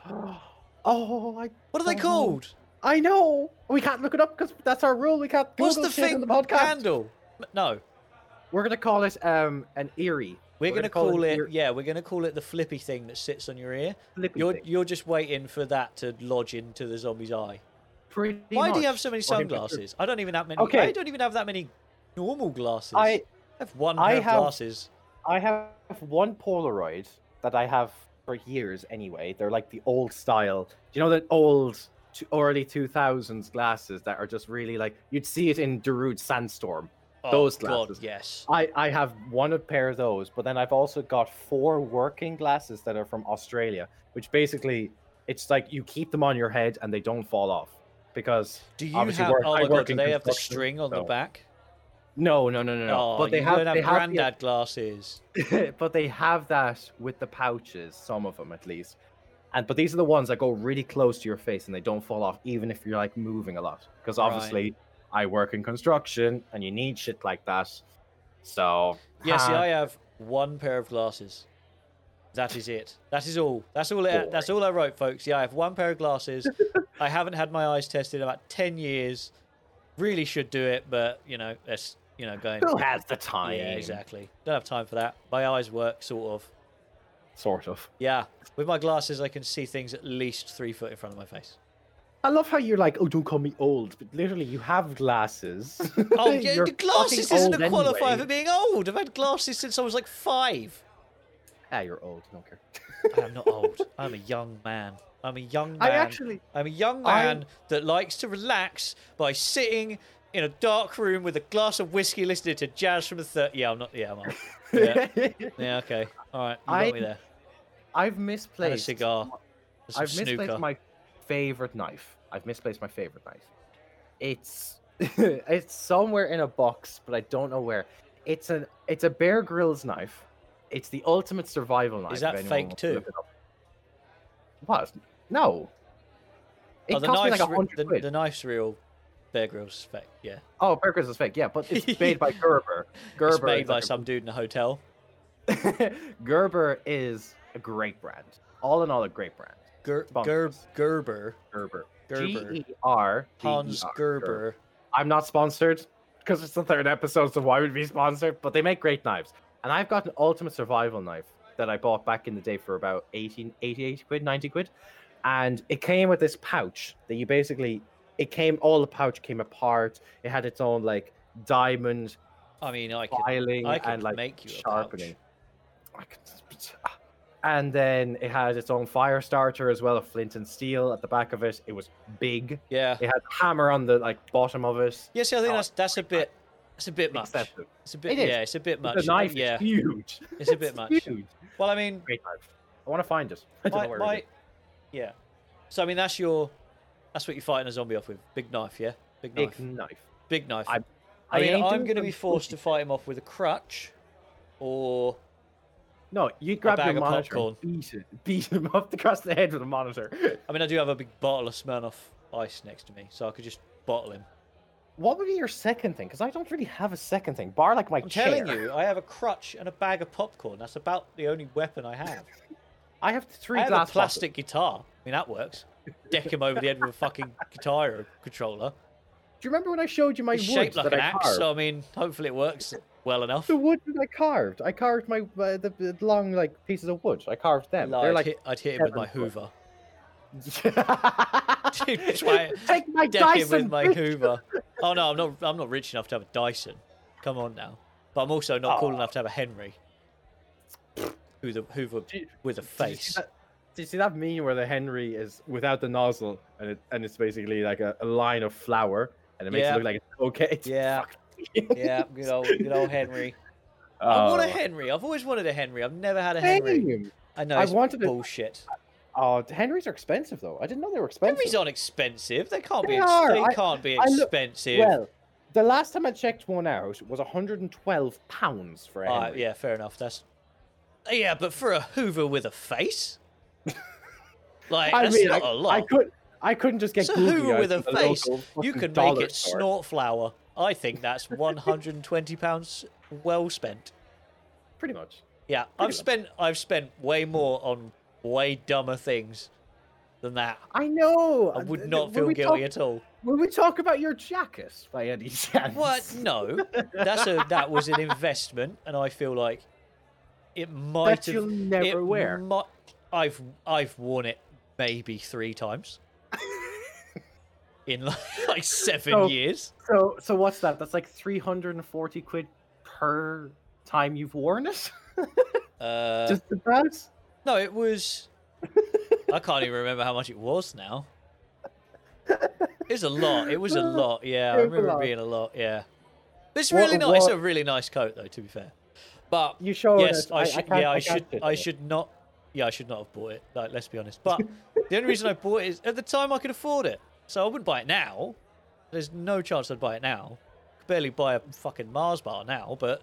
[SPEAKER 1] Oh, I
[SPEAKER 2] What are they
[SPEAKER 1] don't know.
[SPEAKER 2] called?
[SPEAKER 1] I know. We can't look it up because that's our rule. We can't
[SPEAKER 2] What's
[SPEAKER 1] Google
[SPEAKER 2] the
[SPEAKER 1] shit
[SPEAKER 2] thing?
[SPEAKER 1] on the podcast.
[SPEAKER 2] Handle. M- No,
[SPEAKER 1] We're gonna call it um an eerie.
[SPEAKER 2] we're, gonna,
[SPEAKER 1] gonna
[SPEAKER 2] call, it.
[SPEAKER 1] an ear-
[SPEAKER 2] yeah, we're gonna call it the flippy thing that sits on your ear.
[SPEAKER 1] flippy
[SPEAKER 2] You're
[SPEAKER 1] thing.
[SPEAKER 2] you're just waiting for that to lodge into the zombie's eye.
[SPEAKER 1] Pretty
[SPEAKER 2] Why do
[SPEAKER 1] much.
[SPEAKER 2] you have so many
[SPEAKER 1] Or him to-
[SPEAKER 2] sunglasses? I don't even have many.
[SPEAKER 1] Okay.
[SPEAKER 2] I don't even have that many normal glasses.
[SPEAKER 1] I
[SPEAKER 2] I have one pair
[SPEAKER 1] I
[SPEAKER 2] of
[SPEAKER 1] have-
[SPEAKER 2] glasses.
[SPEAKER 1] I have one Polaroid that I have for years anyway. They're like the old style. Do you know that old t- early 2000s glasses that are just really like you'd see it in Darude Sandstorm.
[SPEAKER 2] Oh,
[SPEAKER 1] Those
[SPEAKER 2] God,
[SPEAKER 1] glasses.
[SPEAKER 2] yes.
[SPEAKER 1] I, I have one of pair of those, but then I've also got four working glasses that are from Australia, which basically it's like you keep them on your head and they don't fall off because
[SPEAKER 2] Do you
[SPEAKER 1] obviously
[SPEAKER 2] have?
[SPEAKER 1] work-
[SPEAKER 2] oh
[SPEAKER 1] I
[SPEAKER 2] my God,
[SPEAKER 1] work
[SPEAKER 2] do
[SPEAKER 1] in
[SPEAKER 2] they have the
[SPEAKER 1] construction,
[SPEAKER 2] string on the
[SPEAKER 1] so-
[SPEAKER 2] back?
[SPEAKER 1] no no no no no
[SPEAKER 2] Oh,
[SPEAKER 1] but they
[SPEAKER 2] you
[SPEAKER 1] have,
[SPEAKER 2] don't have
[SPEAKER 1] they have the-
[SPEAKER 2] granddad glasses.
[SPEAKER 1] but they have that with the pouches, some of them at least. And but these are the ones that go really close to your face and they don't fall off, even if you're like moving a lot. Because
[SPEAKER 2] Right.
[SPEAKER 1] obviously, I work in construction and you need shit like that. So
[SPEAKER 2] Yeah, see,
[SPEAKER 1] huh,
[SPEAKER 2] I have one pair of glasses. That is it. That is all. That's all. I, that's all I wrote, folks. Yeah, I have one pair of glasses. I haven't had my eyes tested in about ten years. Really should do it, but you know, that's you know going.
[SPEAKER 1] who has the time?
[SPEAKER 2] Yeah, exactly. Don't have time for that. My eyes work sort of.
[SPEAKER 1] Sort of.
[SPEAKER 2] Yeah, with my glasses, I can see things at least three foot in front of my face.
[SPEAKER 1] I love how you're like, oh, don't call me old, but literally you have glasses.
[SPEAKER 2] Oh, yeah,
[SPEAKER 1] You're
[SPEAKER 2] the glasses
[SPEAKER 1] fucking
[SPEAKER 2] isn't a
[SPEAKER 1] old
[SPEAKER 2] qualifier
[SPEAKER 1] anyway.
[SPEAKER 2] for being old. I've had glasses since I was like five.
[SPEAKER 1] Ah, you're old. I don't care.
[SPEAKER 2] I'm not old. I'm a young man. I'm a young man.
[SPEAKER 1] I actually,
[SPEAKER 2] I'm a young
[SPEAKER 1] I-
[SPEAKER 2] man that likes to relax by sitting in a dark room with a glass of whiskey, listening to jazz from the third. Yeah, I'm not. Yeah, I'm old. Yeah, yeah okay. All right, you got
[SPEAKER 1] I
[SPEAKER 2] me there.
[SPEAKER 1] I've
[SPEAKER 2] And a
[SPEAKER 1] misplaced.
[SPEAKER 2] cigar. and some
[SPEAKER 1] I've
[SPEAKER 2] snooker.
[SPEAKER 1] misplaced my favorite knife. I've misplaced my favorite knife. It's it's somewhere in a box, but I don't know where. It's an it's a Bear Grylls knife. It's the ultimate survival knife. if
[SPEAKER 2] that
[SPEAKER 1] anyone
[SPEAKER 2] fake
[SPEAKER 1] wants to look
[SPEAKER 2] too?
[SPEAKER 1] it up. What? No. It
[SPEAKER 2] oh, the
[SPEAKER 1] cost me
[SPEAKER 2] knife's
[SPEAKER 1] like a
[SPEAKER 2] re-
[SPEAKER 1] hundred
[SPEAKER 2] the,
[SPEAKER 1] quid.
[SPEAKER 2] the knife's real. Bear Grylls spec. Yeah,
[SPEAKER 1] Oh, Bear Grylls is fake. Yeah, but it's made by Gerber. Gerber
[SPEAKER 2] it's made
[SPEAKER 1] is
[SPEAKER 2] by
[SPEAKER 1] like a-
[SPEAKER 2] some dude in a hotel.
[SPEAKER 1] Gerber is a great brand. All in all, a great brand.
[SPEAKER 2] Ger-
[SPEAKER 1] Bonkers.
[SPEAKER 2] Ger- Gerber.
[SPEAKER 1] Gerber.
[SPEAKER 2] Gerber.
[SPEAKER 1] G E R B E R,
[SPEAKER 2] Hans Gerber.
[SPEAKER 1] I'm not sponsored because it's the third episode, so why would we be sponsored? But they make great knives. And I've got an ultimate survival knife that I bought back in the day for about 18, 88 quid, 90 quid. And it came with this pouch that you basically, it came, all the pouch came apart. It had its own like diamond
[SPEAKER 2] I mean, I could,
[SPEAKER 1] filing
[SPEAKER 2] I could
[SPEAKER 1] and like
[SPEAKER 2] make you a pouch.
[SPEAKER 1] sharpening. I could- ah. And then it had its own fire starter as well, a flint and steel at the back of it. It was big.
[SPEAKER 2] Yeah.
[SPEAKER 1] It had a hammer on the like bottom of it.
[SPEAKER 2] Yeah. See, I think
[SPEAKER 1] Oh,
[SPEAKER 2] that's that's a bit. That's a bit much.
[SPEAKER 1] Excessive.
[SPEAKER 2] It's a bit.
[SPEAKER 1] It is.
[SPEAKER 2] Yeah. It's a bit much.
[SPEAKER 1] The knife
[SPEAKER 2] Yeah.
[SPEAKER 1] is huge.
[SPEAKER 2] It's a bit much.
[SPEAKER 1] Huge.
[SPEAKER 2] Well, I mean,
[SPEAKER 1] Great knife. I want to find it. I don't
[SPEAKER 2] my,
[SPEAKER 1] know where
[SPEAKER 2] my-
[SPEAKER 1] it
[SPEAKER 2] yeah. So I mean, that's your. That's what you're fighting a zombie off with. Big knife. Yeah. Big
[SPEAKER 1] is.
[SPEAKER 2] knife.
[SPEAKER 1] Big knife.
[SPEAKER 2] Big knife.
[SPEAKER 1] I-
[SPEAKER 2] I, mean,
[SPEAKER 1] ain't
[SPEAKER 2] I'm
[SPEAKER 1] doing
[SPEAKER 2] going to be
[SPEAKER 1] some
[SPEAKER 2] forced to fight him off with a crutch, or
[SPEAKER 1] No, you grab
[SPEAKER 2] bag
[SPEAKER 1] your
[SPEAKER 2] of
[SPEAKER 1] monitor, and
[SPEAKER 2] popcorn.
[SPEAKER 1] beat it, beat him up across the head with a monitor.
[SPEAKER 2] I mean, I do have a big bottle of Smirnoff Ice next to me, so I could just bottle him.
[SPEAKER 1] What would be your second thing? Because I don't really have a second thing, bar like my
[SPEAKER 2] I'm
[SPEAKER 1] chair.
[SPEAKER 2] telling you, I have a crutch and a bag of popcorn. That's about the only weapon I have.
[SPEAKER 1] I have three
[SPEAKER 2] I have
[SPEAKER 1] glass
[SPEAKER 2] a
[SPEAKER 1] bottles.
[SPEAKER 2] plastic guitar. I mean, that works. Deck him over the head with a fucking guitar controller.
[SPEAKER 1] Do you remember when I showed you my
[SPEAKER 2] It's
[SPEAKER 1] wood
[SPEAKER 2] shaped like
[SPEAKER 1] that
[SPEAKER 2] an
[SPEAKER 1] I
[SPEAKER 2] axe,
[SPEAKER 1] carved?
[SPEAKER 2] so I mean, hopefully it works well enough.
[SPEAKER 1] The wood that I carved, I carved my uh, the, the long like pieces of wood. I carved them.
[SPEAKER 2] Like,
[SPEAKER 1] They're
[SPEAKER 2] I'd,
[SPEAKER 1] like
[SPEAKER 2] hit, I'd hit him with my
[SPEAKER 1] seven
[SPEAKER 2] Hoover. Dude, try it.
[SPEAKER 1] take my
[SPEAKER 2] Deck him
[SPEAKER 1] Dyson.
[SPEAKER 2] with my
[SPEAKER 1] bitch.
[SPEAKER 2] Hoover. Oh no, I'm not. I'm not rich enough to have a Dyson. Come on now. But I'm also not cool
[SPEAKER 1] Oh.
[SPEAKER 2] enough to have a Henry. Who the Hoover
[SPEAKER 1] Do you-
[SPEAKER 2] with a
[SPEAKER 1] Did you see
[SPEAKER 2] face?
[SPEAKER 1] that- Did you see that meme where the Henry is without the nozzle and it and it's basically like a, a line of flour and it makes
[SPEAKER 2] Yeah.
[SPEAKER 1] it look like it's okay? It's
[SPEAKER 2] Yeah,
[SPEAKER 1] fucking-
[SPEAKER 2] yeah. Good old, good old Henry. I want a Henry. I've always wanted a Henry. I've never had a
[SPEAKER 1] Oh,
[SPEAKER 2] Henry.
[SPEAKER 1] damn.
[SPEAKER 2] I know.
[SPEAKER 1] I
[SPEAKER 2] It's
[SPEAKER 1] wanted a-
[SPEAKER 2] bullshit.
[SPEAKER 1] Oh, the Henrys are expensive though. I didn't know they were expensive.
[SPEAKER 2] Henrys aren't expensive. They can't be.
[SPEAKER 1] They
[SPEAKER 2] Ex-
[SPEAKER 1] are.
[SPEAKER 2] they
[SPEAKER 1] I-
[SPEAKER 2] can't be
[SPEAKER 1] I look-
[SPEAKER 2] expensive.
[SPEAKER 1] Well, the last time I checked one out was 112 pounds for a
[SPEAKER 2] All right,
[SPEAKER 1] Henry.
[SPEAKER 2] yeah, fair enough. That's yeah, but for a Hoover with a face, like
[SPEAKER 1] I
[SPEAKER 2] that's
[SPEAKER 1] mean,
[SPEAKER 2] not
[SPEAKER 1] I,
[SPEAKER 2] a
[SPEAKER 1] I
[SPEAKER 2] lot.
[SPEAKER 1] could, I couldn't just get
[SPEAKER 2] So
[SPEAKER 1] googly
[SPEAKER 2] Hoover
[SPEAKER 1] eyes
[SPEAKER 2] with a
[SPEAKER 1] at the
[SPEAKER 2] face,
[SPEAKER 1] local
[SPEAKER 2] you
[SPEAKER 1] fucking
[SPEAKER 2] can make
[SPEAKER 1] dollar
[SPEAKER 2] it
[SPEAKER 1] store.
[SPEAKER 2] snort flour. I think that's one hundred and twenty pounds well spent.
[SPEAKER 1] Pretty much.
[SPEAKER 2] Yeah, I've
[SPEAKER 1] much.
[SPEAKER 2] spent I've spent way more on way dumber things than that.
[SPEAKER 1] I know.
[SPEAKER 2] I would
[SPEAKER 1] uh,
[SPEAKER 2] not
[SPEAKER 1] when
[SPEAKER 2] feel
[SPEAKER 1] we
[SPEAKER 2] guilty
[SPEAKER 1] Talk,
[SPEAKER 2] at all.
[SPEAKER 1] when we talk about your jacket, by any chance?
[SPEAKER 2] What? No, that's a that was an investment, and I feel like it might
[SPEAKER 1] That
[SPEAKER 2] have
[SPEAKER 1] you'll never
[SPEAKER 2] it
[SPEAKER 1] wear.
[SPEAKER 2] mu- I've I've worn it maybe three times in like, like seven
[SPEAKER 1] So-
[SPEAKER 2] years.
[SPEAKER 1] So, so what's that? That's like 340 quid per time you've worn it.
[SPEAKER 2] Uh,
[SPEAKER 1] just about.
[SPEAKER 2] no, it was. I can't even remember how much it was now. It was a lot. It was a lot. Yeah, I
[SPEAKER 1] It was a
[SPEAKER 2] remember
[SPEAKER 1] lot.
[SPEAKER 2] it being a lot. Yeah, But it's
[SPEAKER 1] What-
[SPEAKER 2] really nice. It's
[SPEAKER 1] what-
[SPEAKER 2] a really nice coat, though. To be fair, but
[SPEAKER 1] You show
[SPEAKER 2] yes,
[SPEAKER 1] it.
[SPEAKER 2] I should.
[SPEAKER 1] can't-
[SPEAKER 2] yeah, I,
[SPEAKER 1] can't
[SPEAKER 2] should.
[SPEAKER 1] fit
[SPEAKER 2] I
[SPEAKER 1] it.
[SPEAKER 2] should not. Yeah, I should not have bought it. Like, let's be honest. But the only reason I bought it is at the time I could afford it, so I wouldn't buy it now. There's no chance I'd buy it now. Could barely buy a fucking Mars bar now. But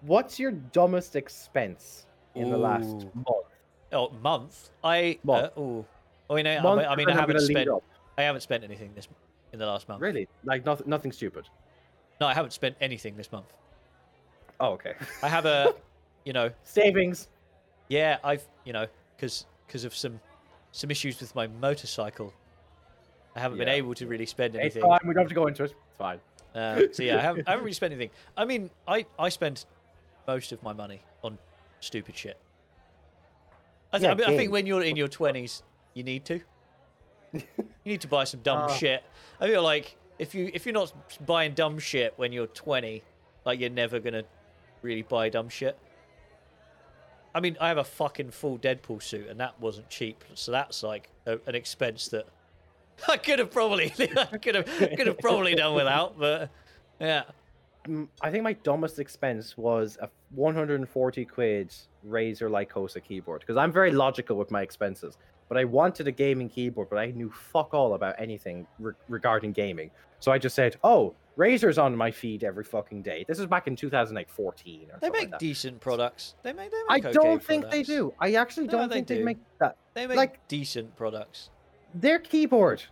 [SPEAKER 1] What's your dumbest expense in the last
[SPEAKER 2] Ooh.
[SPEAKER 1] month?
[SPEAKER 2] oh, month. I.
[SPEAKER 1] Month.
[SPEAKER 2] Uh, ooh. Oh, you know, I
[SPEAKER 1] Month
[SPEAKER 2] mean, I, mean,
[SPEAKER 1] and
[SPEAKER 2] I
[SPEAKER 1] I'm gonna
[SPEAKER 2] haven't
[SPEAKER 1] lead
[SPEAKER 2] spent.
[SPEAKER 1] up.
[SPEAKER 2] I haven't spent anything this in the last month.
[SPEAKER 1] Really? Like nothing? Nothing stupid.
[SPEAKER 2] No, I haven't spent anything this month.
[SPEAKER 1] Oh, okay.
[SPEAKER 2] I have a, you know,
[SPEAKER 1] Savings.
[SPEAKER 2] yeah, I've, you know, because because of some some issues with my motorcycle, I haven't been
[SPEAKER 1] Yeah.
[SPEAKER 2] able to really spend
[SPEAKER 1] It's
[SPEAKER 2] anything.
[SPEAKER 1] fine. We don't have to go into it. It's fine.
[SPEAKER 2] Uh, so yeah, I haven't, I haven't really spent anything. I mean, I, I spend most of my money on stupid shit. I, th-
[SPEAKER 1] Yeah,
[SPEAKER 2] I, mean, I think
[SPEAKER 1] games.
[SPEAKER 2] when you're in your twenties, you need to. You need to buy some dumb
[SPEAKER 1] Ah.
[SPEAKER 2] shit. I feel like if you if you're not buying dumb shit when you're 20, like you're never gonna really buy dumb shit. I mean, I have a fucking full Deadpool suit, and that wasn't cheap. So that's like a, an expense that I could have probably, I could have, could have probably done without. But yeah,
[SPEAKER 1] Mm, I think my dumbest expense was a 140 quid Razer Lycosa keyboard because I'm very logical with my expenses. But I wanted a gaming keyboard, but I knew fuck all about anything re- regarding gaming. So I just said, "Oh, Razer's on my feed every fucking day." This is back in 2014 or
[SPEAKER 2] they
[SPEAKER 1] something
[SPEAKER 2] make
[SPEAKER 1] like that.
[SPEAKER 2] decent products. They make. They
[SPEAKER 1] I
[SPEAKER 2] make okay
[SPEAKER 1] don't think they
[SPEAKER 2] products.
[SPEAKER 1] do. I actually
[SPEAKER 2] No,
[SPEAKER 1] don't
[SPEAKER 2] they
[SPEAKER 1] think they
[SPEAKER 2] do.
[SPEAKER 1] make that.
[SPEAKER 2] They make
[SPEAKER 1] Like-
[SPEAKER 2] decent products.
[SPEAKER 1] Their keyboard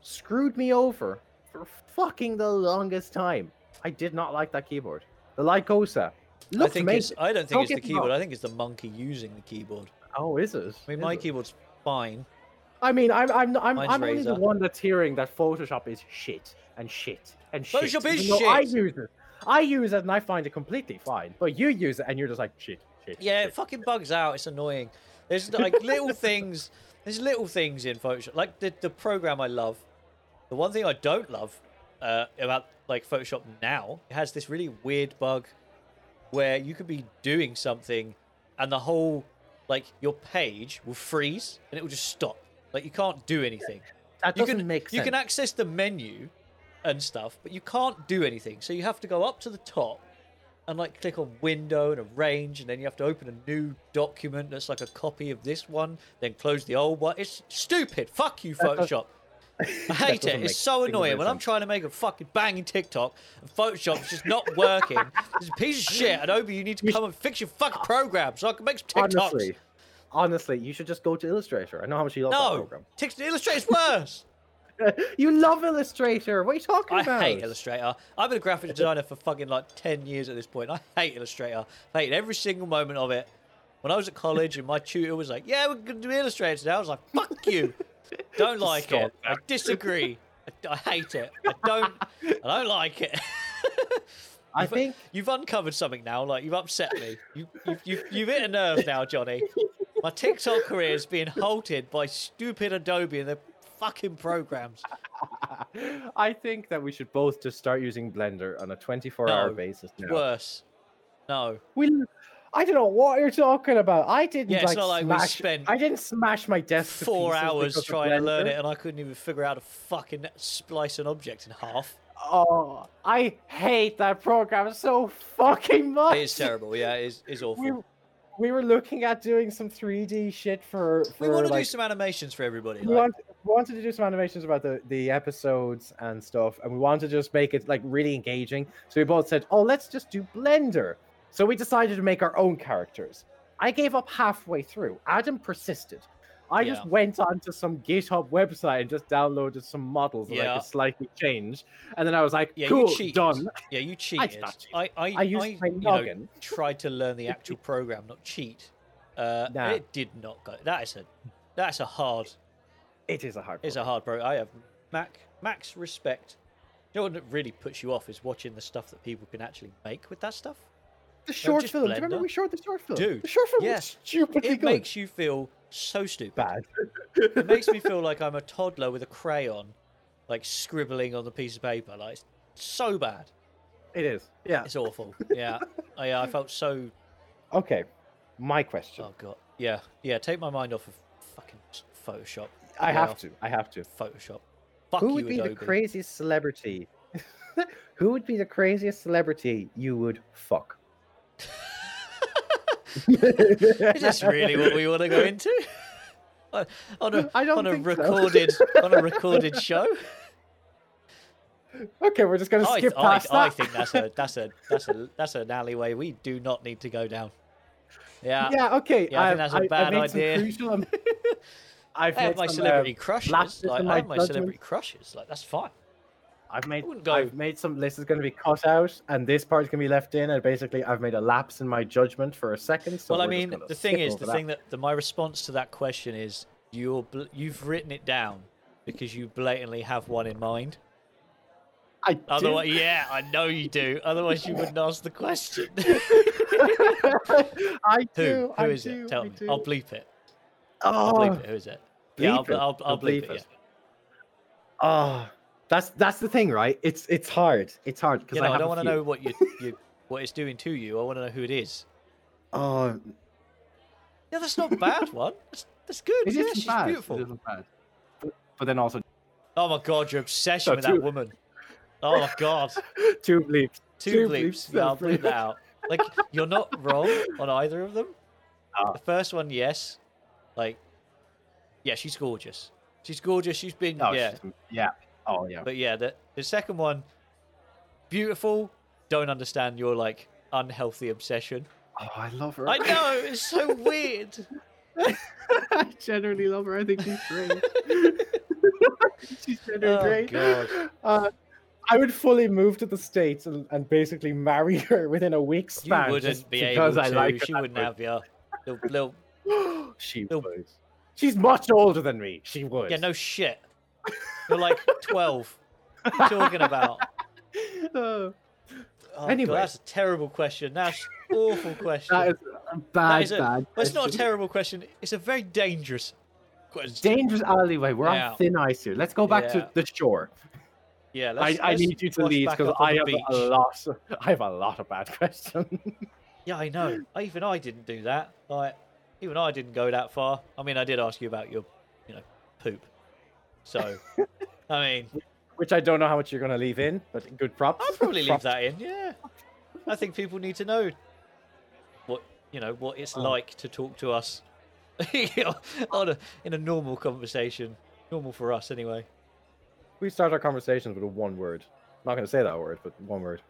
[SPEAKER 1] screwed me over for fucking the longest time. I did not like that keyboard. The Lycosa.
[SPEAKER 2] I
[SPEAKER 1] Looks
[SPEAKER 2] think
[SPEAKER 1] amazing.
[SPEAKER 2] it's, I don't think
[SPEAKER 1] Don't
[SPEAKER 2] it's the
[SPEAKER 1] get me
[SPEAKER 2] keyboard.
[SPEAKER 1] wrong.
[SPEAKER 2] I think it's the monkey using the keyboard.
[SPEAKER 1] Oh, is it?
[SPEAKER 2] I mean,
[SPEAKER 1] Is
[SPEAKER 2] my
[SPEAKER 1] it?
[SPEAKER 2] keyboard's fine.
[SPEAKER 1] I mean, I'm I'm I'm,
[SPEAKER 2] Mine's
[SPEAKER 1] I'm only the
[SPEAKER 2] Razer.
[SPEAKER 1] one that's hearing that Photoshop is shit and shit and shit.
[SPEAKER 2] Photoshop is
[SPEAKER 1] even though I
[SPEAKER 2] shit.
[SPEAKER 1] use it. I use it and I find it completely fine. But you use it and you're just like shit, shit.
[SPEAKER 2] Yeah, it
[SPEAKER 1] shit.
[SPEAKER 2] fucking bugs out. It's annoying. There's like little things. There's little things in Photoshop. Like the the program I love. The one thing I don't love uh, about like Photoshop now, it has this really weird bug where you could be doing something and the whole like your page will freeze and it will just stop. Like you can't do anything.
[SPEAKER 1] that
[SPEAKER 2] you
[SPEAKER 1] doesn't
[SPEAKER 2] can
[SPEAKER 1] make sense.
[SPEAKER 2] you can access the menu and stuff, but you can't do anything. So you have to go up to the top and like click on window and arrange, and then you have to open a new document that's like a copy of this one, then close the old one. It's stupid. Fuck you,
[SPEAKER 1] That does-
[SPEAKER 2] Photoshop. I hate
[SPEAKER 1] doesn't
[SPEAKER 2] it.
[SPEAKER 1] make
[SPEAKER 2] It's
[SPEAKER 1] single
[SPEAKER 2] so
[SPEAKER 1] bit
[SPEAKER 2] annoying
[SPEAKER 1] of
[SPEAKER 2] when I'm
[SPEAKER 1] sense.
[SPEAKER 2] trying to make a fucking banging TikTok and Photoshop's just not working. it's a piece of shit. And Obi, you need to come and fix your fucking program so I can make some TikToks.
[SPEAKER 1] Honestly, honestly, you should just go to Illustrator. I know how much you love that
[SPEAKER 2] no,
[SPEAKER 1] program.
[SPEAKER 2] TikTok Illustrator's worse.
[SPEAKER 1] you love Illustrator. What are you talking
[SPEAKER 2] I
[SPEAKER 1] about?
[SPEAKER 2] hate Illustrator. I've been a graphic designer for fucking like 10 years at this point. I hate Illustrator. I hate every single moment of it. When I was at college and my tutor was like, yeah, we're going to do Illustrator today, I was like, fuck you. Don't like
[SPEAKER 1] Stop
[SPEAKER 2] it. I disagree. I, I hate it. I don't, I don't like it.
[SPEAKER 1] I
[SPEAKER 2] You've-
[SPEAKER 1] think
[SPEAKER 2] You've uncovered something now. Like you've upset me. You, you've, you've, you've hit a nerve now, Johnny. My TikTok career is being halted by stupid Adobe and their fucking programs.
[SPEAKER 1] I think that we should both just start using Blender on a 24-hour
[SPEAKER 2] No,
[SPEAKER 1] basis now.
[SPEAKER 2] Worse. No.
[SPEAKER 1] We, I don't know what you're talking about. I didn't
[SPEAKER 2] Yeah, it's
[SPEAKER 1] like,
[SPEAKER 2] not like we
[SPEAKER 1] smash.
[SPEAKER 2] spent
[SPEAKER 1] I didn't smash my desk to
[SPEAKER 2] Four
[SPEAKER 1] pieces
[SPEAKER 2] hours
[SPEAKER 1] because of
[SPEAKER 2] trying to learn
[SPEAKER 1] Blender.
[SPEAKER 2] it, and I couldn't even figure out how to fucking splice an object in half.
[SPEAKER 1] Oh, I hate that program so fucking much.
[SPEAKER 2] It is terrible. Yeah, it is, it's awful.
[SPEAKER 1] We,
[SPEAKER 2] We,
[SPEAKER 1] we were looking at doing some 3D shit for. for
[SPEAKER 2] want to
[SPEAKER 1] like,
[SPEAKER 2] do some animations for everybody.
[SPEAKER 1] we
[SPEAKER 2] like-
[SPEAKER 1] want, we wanted to do some animations about the, the episodes and stuff, and we wanted to just make it like really engaging. So we both said, "Oh, let's just do Blender." So we decided to make our own characters. I gave up halfway through. Adam persisted. I just
[SPEAKER 2] Yeah.
[SPEAKER 1] went onto some GitHub website and just downloaded some models that I
[SPEAKER 2] Yeah.
[SPEAKER 1] could slightly change, and then I was like,
[SPEAKER 2] Yeah, you
[SPEAKER 1] "Cool,
[SPEAKER 2] cheated.
[SPEAKER 1] done."
[SPEAKER 2] yeah, you cheated.
[SPEAKER 1] not cheat.
[SPEAKER 2] I, I,
[SPEAKER 1] I used my
[SPEAKER 2] you know,
[SPEAKER 1] noggin.
[SPEAKER 2] tried to learn the actual program, not cheat. Uh, and
[SPEAKER 1] Nah.
[SPEAKER 2] It did not go. That is a that's a hard
[SPEAKER 1] It is a hard.
[SPEAKER 2] it's a hard program. I have Mac max respect. You know what really puts you off is watching the stuff that people can actually make with that stuff.
[SPEAKER 1] The short
[SPEAKER 2] just
[SPEAKER 1] film. Do you remember
[SPEAKER 2] Blender.
[SPEAKER 1] we short the short film?
[SPEAKER 2] Dude,
[SPEAKER 1] the short film
[SPEAKER 2] yes.
[SPEAKER 1] was stupidly
[SPEAKER 2] It
[SPEAKER 1] good.
[SPEAKER 2] makes you feel so stupid.
[SPEAKER 1] Bad.
[SPEAKER 2] It makes me feel like I'm a toddler with a crayon, like scribbling on the piece of paper. Like it's so bad.
[SPEAKER 1] It is. Yeah.
[SPEAKER 2] It's awful. Yeah. I, I felt so.
[SPEAKER 1] Okay. My question.
[SPEAKER 2] Oh god. Yeah. Yeah. Take my mind off of fucking Photoshop.
[SPEAKER 1] I
[SPEAKER 2] Well,
[SPEAKER 1] have to. I have to.
[SPEAKER 2] Photoshop. Fuck
[SPEAKER 1] Who
[SPEAKER 2] you,
[SPEAKER 1] would be
[SPEAKER 2] Adobe.
[SPEAKER 1] the craziest celebrity? Who would be the craziest celebrity you would fuck?
[SPEAKER 2] Is this really what we want to go into? on on a
[SPEAKER 1] I don't
[SPEAKER 2] on a
[SPEAKER 1] think so.
[SPEAKER 2] recorded on a recorded show.
[SPEAKER 1] Okay, we're just gonna
[SPEAKER 2] I,
[SPEAKER 1] skip
[SPEAKER 2] I,
[SPEAKER 1] past that.
[SPEAKER 2] I think that's a that's a that's a that's an alleyway we do not need to go down. Yeah,
[SPEAKER 1] yeah. Okay.
[SPEAKER 2] Yeah, I think that's a
[SPEAKER 1] I've- I've
[SPEAKER 2] bad
[SPEAKER 1] made some
[SPEAKER 2] idea.
[SPEAKER 1] crucial am- I've
[SPEAKER 2] I have
[SPEAKER 1] made
[SPEAKER 2] my
[SPEAKER 1] some,
[SPEAKER 2] celebrity
[SPEAKER 1] um,
[SPEAKER 2] crushes.
[SPEAKER 1] lapses
[SPEAKER 2] Like,
[SPEAKER 1] in
[SPEAKER 2] I
[SPEAKER 1] my
[SPEAKER 2] have my
[SPEAKER 1] judgment.
[SPEAKER 2] celebrity crushes. Like that's fine.
[SPEAKER 1] I've made
[SPEAKER 2] wouldn't go-
[SPEAKER 1] I've made some lists is going to be cut out and this part's going to be left in and basically I've made a lapse in my judgment for a second. So
[SPEAKER 2] well, I
[SPEAKER 1] we're just
[SPEAKER 2] mean,
[SPEAKER 1] gonna
[SPEAKER 2] the thing
[SPEAKER 1] skip
[SPEAKER 2] is,
[SPEAKER 1] over
[SPEAKER 2] the
[SPEAKER 1] that.
[SPEAKER 2] thing that the, my response to that question is, you're bl- you've written it down because you blatantly have one in mind.
[SPEAKER 1] I do-
[SPEAKER 2] Otherwise, yeah, I know you do. Otherwise, you wouldn't ask the question.
[SPEAKER 1] I
[SPEAKER 2] Who?
[SPEAKER 1] do.
[SPEAKER 2] Who
[SPEAKER 1] I
[SPEAKER 2] is
[SPEAKER 1] do,
[SPEAKER 2] it? Tell
[SPEAKER 1] I
[SPEAKER 2] me.
[SPEAKER 1] do.
[SPEAKER 2] I'll bleep it. I'll
[SPEAKER 1] oh,
[SPEAKER 2] bleep it. Who is it? yeah, I'll,
[SPEAKER 1] bleep it.
[SPEAKER 2] I'll, I'll,
[SPEAKER 1] I'll
[SPEAKER 2] bleep,
[SPEAKER 1] bleep
[SPEAKER 2] it.
[SPEAKER 1] it. oh, that's that's the thing, right? It's it's hard. It's hard
[SPEAKER 2] Yeah.
[SPEAKER 1] because
[SPEAKER 2] You know, I,
[SPEAKER 1] have
[SPEAKER 2] don't
[SPEAKER 1] want to
[SPEAKER 2] know what you, you what it's doing to you. I want to know who it is.
[SPEAKER 1] Oh,
[SPEAKER 2] Yeah, that's not a bad one. That's, that's good.
[SPEAKER 1] it
[SPEAKER 2] yeah,
[SPEAKER 1] isn't
[SPEAKER 2] she's
[SPEAKER 1] bad. it
[SPEAKER 2] beautiful.
[SPEAKER 1] isn't bad. But, but then also
[SPEAKER 2] Oh my god, your obsession
[SPEAKER 1] No,
[SPEAKER 2] with
[SPEAKER 1] two-
[SPEAKER 2] that woman. Oh my god,
[SPEAKER 1] two bleeps.
[SPEAKER 2] two,
[SPEAKER 1] Two
[SPEAKER 2] bleeps.
[SPEAKER 1] bleeps,
[SPEAKER 2] Yeah, I'll
[SPEAKER 1] that's right.
[SPEAKER 2] bleep that out. Like you're not wrong on either of them.
[SPEAKER 1] Ah.
[SPEAKER 2] The first one, yes. Like, yeah, she's gorgeous. She's gorgeous. She's been
[SPEAKER 1] Oh,
[SPEAKER 2] yeah.
[SPEAKER 1] yeah. yeah. Oh, yeah.
[SPEAKER 2] But yeah, the the second one, beautiful. Don't understand your like unhealthy obsession.
[SPEAKER 1] Oh, I love her.
[SPEAKER 2] I know it's so weird.
[SPEAKER 1] I generally love her. I think she's great. she's generally
[SPEAKER 2] Oh,
[SPEAKER 1] great.
[SPEAKER 2] God.
[SPEAKER 1] Uh, I would fully move to the states and, and basically marry her within a week's
[SPEAKER 2] You
[SPEAKER 1] span.
[SPEAKER 2] wouldn't
[SPEAKER 1] just
[SPEAKER 2] be
[SPEAKER 1] because
[SPEAKER 2] able
[SPEAKER 1] I
[SPEAKER 2] to.
[SPEAKER 1] like her
[SPEAKER 2] she
[SPEAKER 1] that
[SPEAKER 2] wouldn't
[SPEAKER 1] much.
[SPEAKER 2] have you. Little, little,
[SPEAKER 1] she
[SPEAKER 2] No.
[SPEAKER 1] would. She's much older than me. She would.
[SPEAKER 2] yeah, no shit. You're like twelve. What are you talking about?
[SPEAKER 1] Uh,
[SPEAKER 2] Oh,
[SPEAKER 1] Anyway.
[SPEAKER 2] God, that's a terrible question. That's an awful question.
[SPEAKER 1] that is a bad,
[SPEAKER 2] is a-
[SPEAKER 1] bad.
[SPEAKER 2] well, it's not a
[SPEAKER 1] question.
[SPEAKER 2] terrible question. It's a very dangerous question.
[SPEAKER 1] dangerous alleyway. We're
[SPEAKER 2] Yeah.
[SPEAKER 1] on thin ice here. Let's go back
[SPEAKER 2] Yeah.
[SPEAKER 1] to the shore.
[SPEAKER 2] yeah, let's,
[SPEAKER 1] I, I
[SPEAKER 2] let's
[SPEAKER 1] need you to
[SPEAKER 2] wash
[SPEAKER 1] lead
[SPEAKER 2] back
[SPEAKER 1] because
[SPEAKER 2] up on
[SPEAKER 1] I
[SPEAKER 2] the
[SPEAKER 1] have
[SPEAKER 2] beach.
[SPEAKER 1] a lot. I have a lot of bad questions.
[SPEAKER 2] Yeah, I know. I- Even I didn't do that. Like, even I didn't go that far. I mean, I did ask you about your, you know, poop. So, I mean,
[SPEAKER 1] Which I don't know how much you're going to leave in, but good props.
[SPEAKER 2] I'll probably leave
[SPEAKER 1] Props.
[SPEAKER 2] that in. Yeah, I think people need to know what you know what it's
[SPEAKER 1] Oh.
[SPEAKER 2] like to talk to us on a, in a normal conversation, normal for us anyway.
[SPEAKER 1] We start our conversations with a one word. I'm not going to say that word, but one word.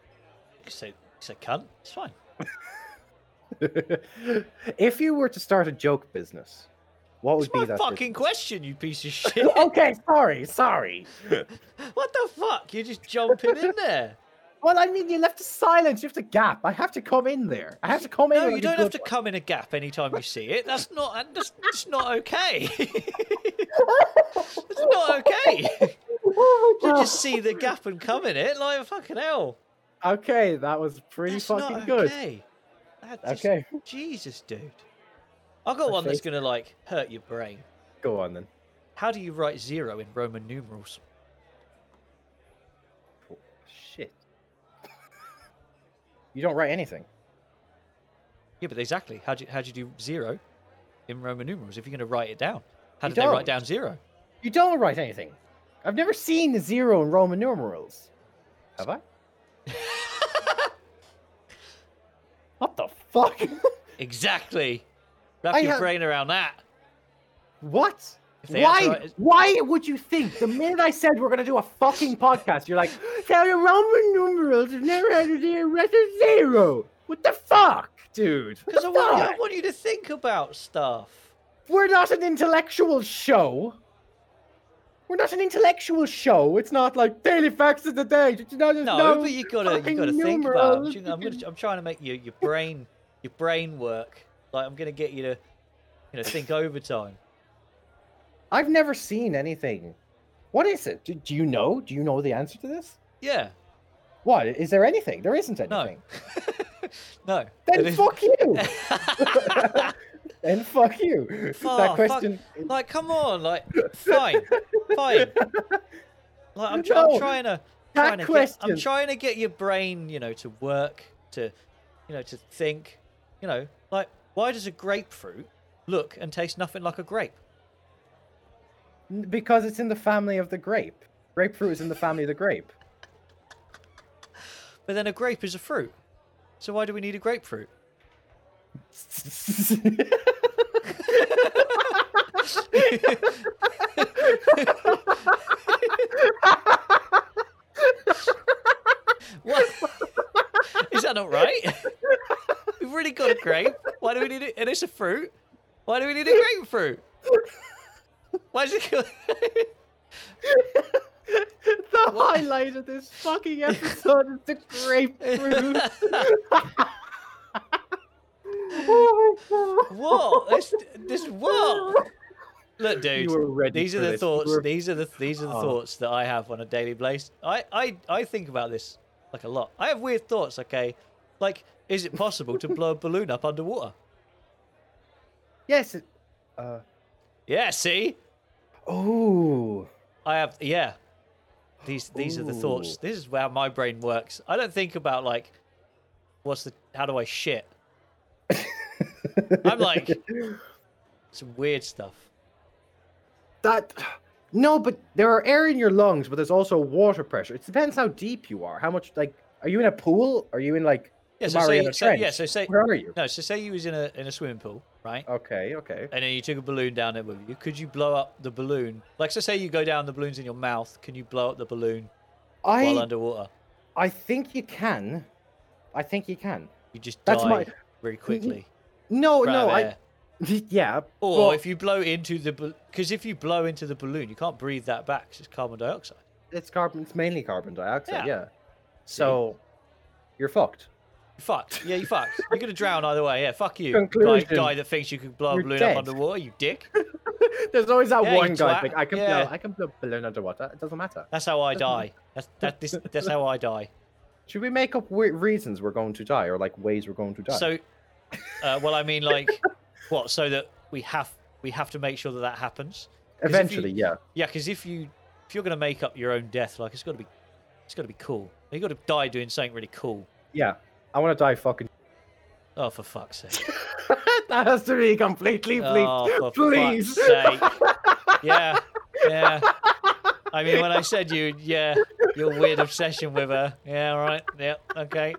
[SPEAKER 2] You say, you say cunt. It's fine.
[SPEAKER 1] if you were to start a joke business, what would
[SPEAKER 2] It's
[SPEAKER 1] be
[SPEAKER 2] my
[SPEAKER 1] that?
[SPEAKER 2] fucking question, you piece of shit.
[SPEAKER 1] business? okay, sorry, sorry.
[SPEAKER 2] what the fuck? You're just jumping in there.
[SPEAKER 1] Well, I mean, you left a silence. You left a gap. I have to come in there. I have to come in.
[SPEAKER 2] No,
[SPEAKER 1] with
[SPEAKER 2] you
[SPEAKER 1] a
[SPEAKER 2] don't have
[SPEAKER 1] good
[SPEAKER 2] to come in a gap anytime you see it. That's not. That's, that's not okay. it's not okay.
[SPEAKER 1] Oh my
[SPEAKER 2] You
[SPEAKER 1] God.
[SPEAKER 2] just see the gap and come in it like fucking hell.
[SPEAKER 1] Okay, that was pretty
[SPEAKER 2] That's
[SPEAKER 1] fucking
[SPEAKER 2] not
[SPEAKER 1] good.
[SPEAKER 2] okay. That just-
[SPEAKER 1] Okay,
[SPEAKER 2] Jesus, dude. I got one that's gonna like hurt your brain.
[SPEAKER 1] go on then.
[SPEAKER 2] How do you write zero in Roman numerals?
[SPEAKER 1] Shit. You don't write anything.
[SPEAKER 2] Yeah, but exactly. How do you, how do you do zero in Roman numerals if you're gonna write it down? How
[SPEAKER 1] You
[SPEAKER 2] did they
[SPEAKER 1] don't.
[SPEAKER 2] write down zero?
[SPEAKER 1] You don't write anything. I've never seen a zero in Roman numerals. Have I? what the fuck?
[SPEAKER 2] Exactly. Wrap
[SPEAKER 1] I
[SPEAKER 2] your
[SPEAKER 1] have-
[SPEAKER 2] brain around that.
[SPEAKER 1] what?
[SPEAKER 2] If they had to
[SPEAKER 1] Why?
[SPEAKER 2] write-
[SPEAKER 1] Why would you think the minute I said we're gonna do a fucking podcast, you're like, "Tell your Roman numerals have never had a zero, rest of zero." What the fuck, dude? What
[SPEAKER 2] Because I
[SPEAKER 1] the
[SPEAKER 2] want, I
[SPEAKER 1] fuck?
[SPEAKER 2] want you to think about stuff.
[SPEAKER 1] We're not an intellectual show. We're not an intellectual show. It's not like daily facts of the day. Did you know there's
[SPEAKER 2] No,
[SPEAKER 1] no
[SPEAKER 2] but you gotta you
[SPEAKER 1] fucking
[SPEAKER 2] gotta think about.
[SPEAKER 1] numerals?
[SPEAKER 2] it. You know, I'm gonna, I'm trying to make your your brain your brain work. Like I'm gonna get you to you know think overtime.
[SPEAKER 1] I've never seen anything. What is it? Do, do you know? Do you know the answer to this?
[SPEAKER 2] Yeah.
[SPEAKER 1] What is there anything? There isn't
[SPEAKER 2] No.
[SPEAKER 1] anything.
[SPEAKER 2] no.
[SPEAKER 1] Then
[SPEAKER 2] It is-
[SPEAKER 1] fuck you. then fuck you. that
[SPEAKER 2] Fuck, fuck.
[SPEAKER 1] question.
[SPEAKER 2] like come on. Like fine, fine. Like I'm, try-
[SPEAKER 1] No,
[SPEAKER 2] I'm trying to
[SPEAKER 1] that
[SPEAKER 2] trying to get, I'm
[SPEAKER 1] question.
[SPEAKER 2] trying to get your brain you know to work to you know to think. You know like why does a grapefruit look and taste nothing like a grape?
[SPEAKER 1] N- Because it's in the family of the grape. Grapefruit is in the family of the grape.
[SPEAKER 2] But then a grape is a fruit. So why do we need a grapefruit? What? Is that not right? We've already got a grape. Why do we need it? And it's a fruit. Why do we need a grapefruit? Why is it? called-
[SPEAKER 1] the highlight of this fucking episode is the grapefruit. oh my God.
[SPEAKER 2] what? This, this what? Look, dude.
[SPEAKER 1] were ready
[SPEAKER 2] These are
[SPEAKER 1] for
[SPEAKER 2] the
[SPEAKER 1] this. You
[SPEAKER 2] thoughts.
[SPEAKER 1] were-
[SPEAKER 2] These are the these are the
[SPEAKER 1] Oh.
[SPEAKER 2] thoughts that I have on a daily basis. I, I I think about this like a lot. I have weird thoughts. Okay, like is it possible to blow a balloon up underwater?
[SPEAKER 1] Yes. It, uh,
[SPEAKER 2] Yeah. See,
[SPEAKER 1] oh.
[SPEAKER 2] I have. Yeah. These these are the thoughts.
[SPEAKER 1] Ooh.
[SPEAKER 2] This is how my brain works. I don't think about like, what's the how do I shit? I'm like some weird stuff.
[SPEAKER 1] that. No, but there are air in your lungs, but there's also water pressure. It depends how deep you are. How much, like, are you in a pool? Are you in, like,
[SPEAKER 2] Yeah.
[SPEAKER 1] the
[SPEAKER 2] So say,
[SPEAKER 1] Mariana
[SPEAKER 2] so, yeah.
[SPEAKER 1] Trench?
[SPEAKER 2] So say
[SPEAKER 1] where are you?
[SPEAKER 2] no. So say you was in a in a swimming pool, right?
[SPEAKER 1] Okay, okay.
[SPEAKER 2] and then you took a balloon down there with you, could you blow up the balloon? Like, so say you go down, the balloon's in your mouth. Can you blow up the balloon while
[SPEAKER 1] I,
[SPEAKER 2] underwater?
[SPEAKER 1] I think you can. I think you can.
[SPEAKER 2] You just
[SPEAKER 1] That's
[SPEAKER 2] die
[SPEAKER 1] my-
[SPEAKER 2] very quickly.
[SPEAKER 1] No,
[SPEAKER 2] Right
[SPEAKER 1] no, I.
[SPEAKER 2] there.
[SPEAKER 1] Yeah.
[SPEAKER 2] Or
[SPEAKER 1] but
[SPEAKER 2] if you blow into the because if you blow into the balloon, you can't breathe that back 'cause it's carbon dioxide.
[SPEAKER 1] it's carbon. It's mainly carbon dioxide.
[SPEAKER 2] Yeah.
[SPEAKER 1] Yeah. So, you're fucked.
[SPEAKER 2] You're fucked. Yeah, you fucked. You're gonna drown either way. Yeah, fuck you. Guy,
[SPEAKER 1] Conclusion.
[SPEAKER 2] guy that thinks you can blow a
[SPEAKER 1] You're
[SPEAKER 2] balloon
[SPEAKER 1] dead.
[SPEAKER 2] up underwater, you dick.
[SPEAKER 1] There's always that
[SPEAKER 2] Yeah, you
[SPEAKER 1] one guy.
[SPEAKER 2] twat.
[SPEAKER 1] Like, I can,
[SPEAKER 2] Yeah.
[SPEAKER 1] blow, I can blow balloon underwater. It doesn't matter.
[SPEAKER 2] That's how I die. That's that. This, that's how I die.
[SPEAKER 1] Should we make up we- reasons we're going to die, or like ways we're going to die?
[SPEAKER 2] So, uh, well, I mean, like, what? So that we have we have to make sure that that happens. 'Cause if you-
[SPEAKER 1] eventually, yeah.
[SPEAKER 2] Yeah, because if you if you're gonna make up your own death, like it's gotta be it's gotta be cool. You gotta die doing something really cool.
[SPEAKER 1] Yeah. I want to die fucking.
[SPEAKER 2] Oh, for fuck's sake!
[SPEAKER 1] that has to be completely
[SPEAKER 2] Oh, for
[SPEAKER 1] bleeped. Please.
[SPEAKER 2] fuck's sake! Yeah, yeah. I mean, when I said you, yeah, your weird obsession with her. Yeah, all right. Yeah, okay.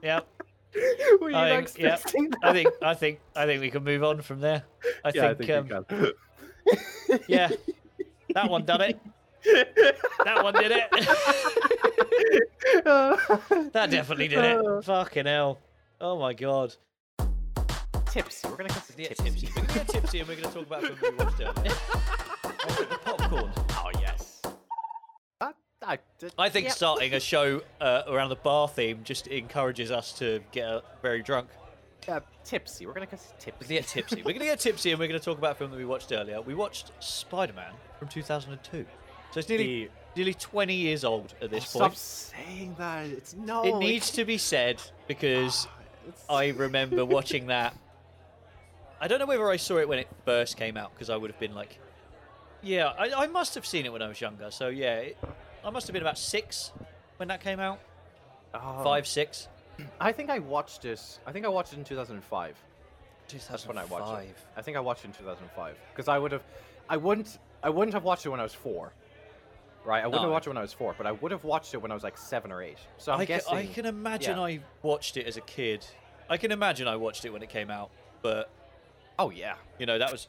[SPEAKER 2] Yeah,
[SPEAKER 1] Were you
[SPEAKER 2] I
[SPEAKER 1] not
[SPEAKER 2] think- yeah.
[SPEAKER 1] expecting
[SPEAKER 2] I think, I think, I think we can move on from there. I
[SPEAKER 1] that? Yeah,
[SPEAKER 2] think, um,
[SPEAKER 1] you can.
[SPEAKER 2] yeah, that one done it. That one did it. um, that definitely did
[SPEAKER 1] Uh.
[SPEAKER 2] it. Fucking hell. Oh my god.
[SPEAKER 3] tipsy. We're gonna get some
[SPEAKER 2] Yeah,
[SPEAKER 3] tipsy.
[SPEAKER 2] tipsy. We're gonna get tipsy and we're gonna talk about the movie we watched earlier. Oh, the popcorn.
[SPEAKER 3] Oh yes. I, I, did-
[SPEAKER 2] I think
[SPEAKER 3] yep.
[SPEAKER 2] starting a show uh, around the bar theme just encourages us to get uh, very drunk.
[SPEAKER 3] Uh, tipsy. We're gonna get some
[SPEAKER 2] We're
[SPEAKER 3] tipsy.
[SPEAKER 2] gonna get tipsy. We're gonna get tipsy and we're gonna talk about a film that we watched earlier. We watched Spider Man from 2002. So it's nearly
[SPEAKER 1] The-
[SPEAKER 2] nearly 20 years old at this
[SPEAKER 3] Stop
[SPEAKER 2] point.
[SPEAKER 3] saying that. It's no.
[SPEAKER 2] It needs to be said because
[SPEAKER 3] it's-
[SPEAKER 2] I remember watching that. I don't know whether I saw it when it first came out because I would have been like, yeah, I, I must have seen it when I was younger. So yeah, it, I must have been about six when that came out.
[SPEAKER 3] Oh.
[SPEAKER 2] Five, six.
[SPEAKER 3] I think I watched this. I think I watched it in 2005. That's
[SPEAKER 2] 2005.
[SPEAKER 3] when I watched it. I think I watched it in 2005 because I would have, I wouldn't, I wouldn't have watched it when I was four, right? I wouldn't have
[SPEAKER 2] No.
[SPEAKER 3] watched it when I was four, but I would have watched it when I was like seven or eight. So I'm
[SPEAKER 2] I ca-
[SPEAKER 3] guessing.
[SPEAKER 2] I can imagine
[SPEAKER 3] yeah.
[SPEAKER 2] I watched it as a kid. I can imagine I watched it when it came out, but
[SPEAKER 3] Oh yeah.
[SPEAKER 2] you know that was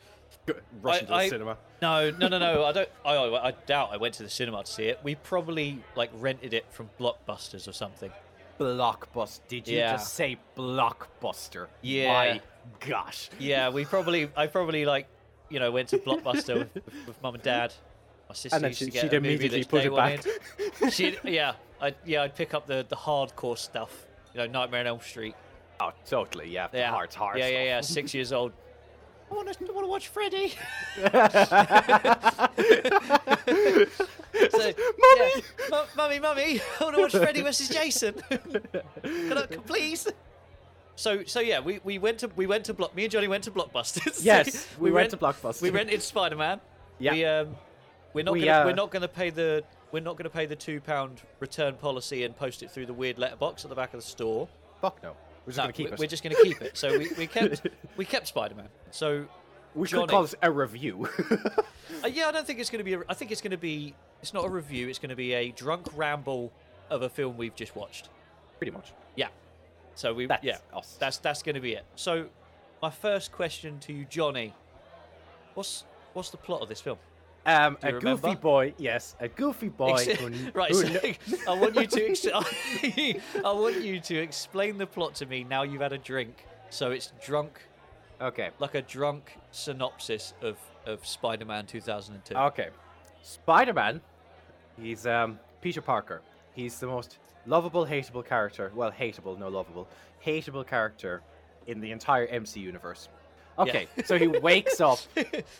[SPEAKER 3] Rush
[SPEAKER 2] I-
[SPEAKER 3] into the
[SPEAKER 2] I-
[SPEAKER 3] cinema.
[SPEAKER 2] No, no, no, no. I don't. I, I I doubt I went to the cinema to see it. We probably like rented it from Blockbusters or something.
[SPEAKER 3] Blockbuster. Did you
[SPEAKER 2] Yeah.
[SPEAKER 3] just say blockbuster?
[SPEAKER 2] Yeah.
[SPEAKER 3] My gosh.
[SPEAKER 2] Yeah, we probably. I probably like, you know, went to Blockbuster with, with, with mum and dad. My sister
[SPEAKER 1] And then
[SPEAKER 2] used
[SPEAKER 1] she-
[SPEAKER 2] to get
[SPEAKER 1] she'd
[SPEAKER 2] a movie
[SPEAKER 1] immediately
[SPEAKER 2] that
[SPEAKER 1] put
[SPEAKER 2] they
[SPEAKER 1] it back.
[SPEAKER 2] wanted. She'd, yeah, I'd, yeah, I'd pick up the the hardcore stuff. You know, Nightmare on Elm Street.
[SPEAKER 3] Oh, totally. Yeah.
[SPEAKER 2] Yeah,
[SPEAKER 3] Hearts, hearts.
[SPEAKER 2] Yeah, yeah, yeah. Six years old. I want to want to watch Freddy. so, mummy, mummy, mummy, I want to watch Freddy versus Jason. Can I, please. So, so yeah, we, we went to we went to block. Me and Johnny went to Blockbusters.
[SPEAKER 1] Yes, we went to Blockbuster.
[SPEAKER 2] We rented Spider Man.
[SPEAKER 1] Yeah.
[SPEAKER 2] We, um, we're not
[SPEAKER 1] We,
[SPEAKER 2] gonna,
[SPEAKER 1] uh,
[SPEAKER 2] we're not going to pay the we're not going to pay the two pound return policy and post it through the weird letterbox at the back of the store.
[SPEAKER 3] Fuck no. We're just
[SPEAKER 2] No,
[SPEAKER 3] gonna keep
[SPEAKER 2] we-
[SPEAKER 3] it.
[SPEAKER 2] We're just going to keep it. So we, we kept we kept Spider Man. So
[SPEAKER 1] We
[SPEAKER 2] Johnny.
[SPEAKER 1] should call this a review.
[SPEAKER 2] uh, yeah, I don't think it's going to be. A, I think it's going to be. It's not a review. It's going to be a drunk ramble of a film we've just watched.
[SPEAKER 3] pretty much.
[SPEAKER 2] Yeah. So we
[SPEAKER 3] That's
[SPEAKER 2] yeah.
[SPEAKER 3] us.
[SPEAKER 2] That's that's going to be it. So my first question to you, Johnny. What's what's the plot of this film?
[SPEAKER 1] Um,
[SPEAKER 2] Do
[SPEAKER 1] a
[SPEAKER 2] you remember?
[SPEAKER 1] goofy boy, yes, a goofy boy.
[SPEAKER 2] Ex-
[SPEAKER 1] who-
[SPEAKER 2] right.
[SPEAKER 1] who
[SPEAKER 2] So
[SPEAKER 1] kn-
[SPEAKER 2] I want you to. Ex- I want you to explain the plot to me now. You've had a drink, so it's drunk
[SPEAKER 3] Okay.
[SPEAKER 2] like a drunk synopsis of of Spider-Man 2002.
[SPEAKER 3] Okay. Spider Man, he's um, Peter Parker. He's the most lovable, hateable character. Well, hateable, no lovable. Hateable character in the entire MC universe. Okay, so he wakes up.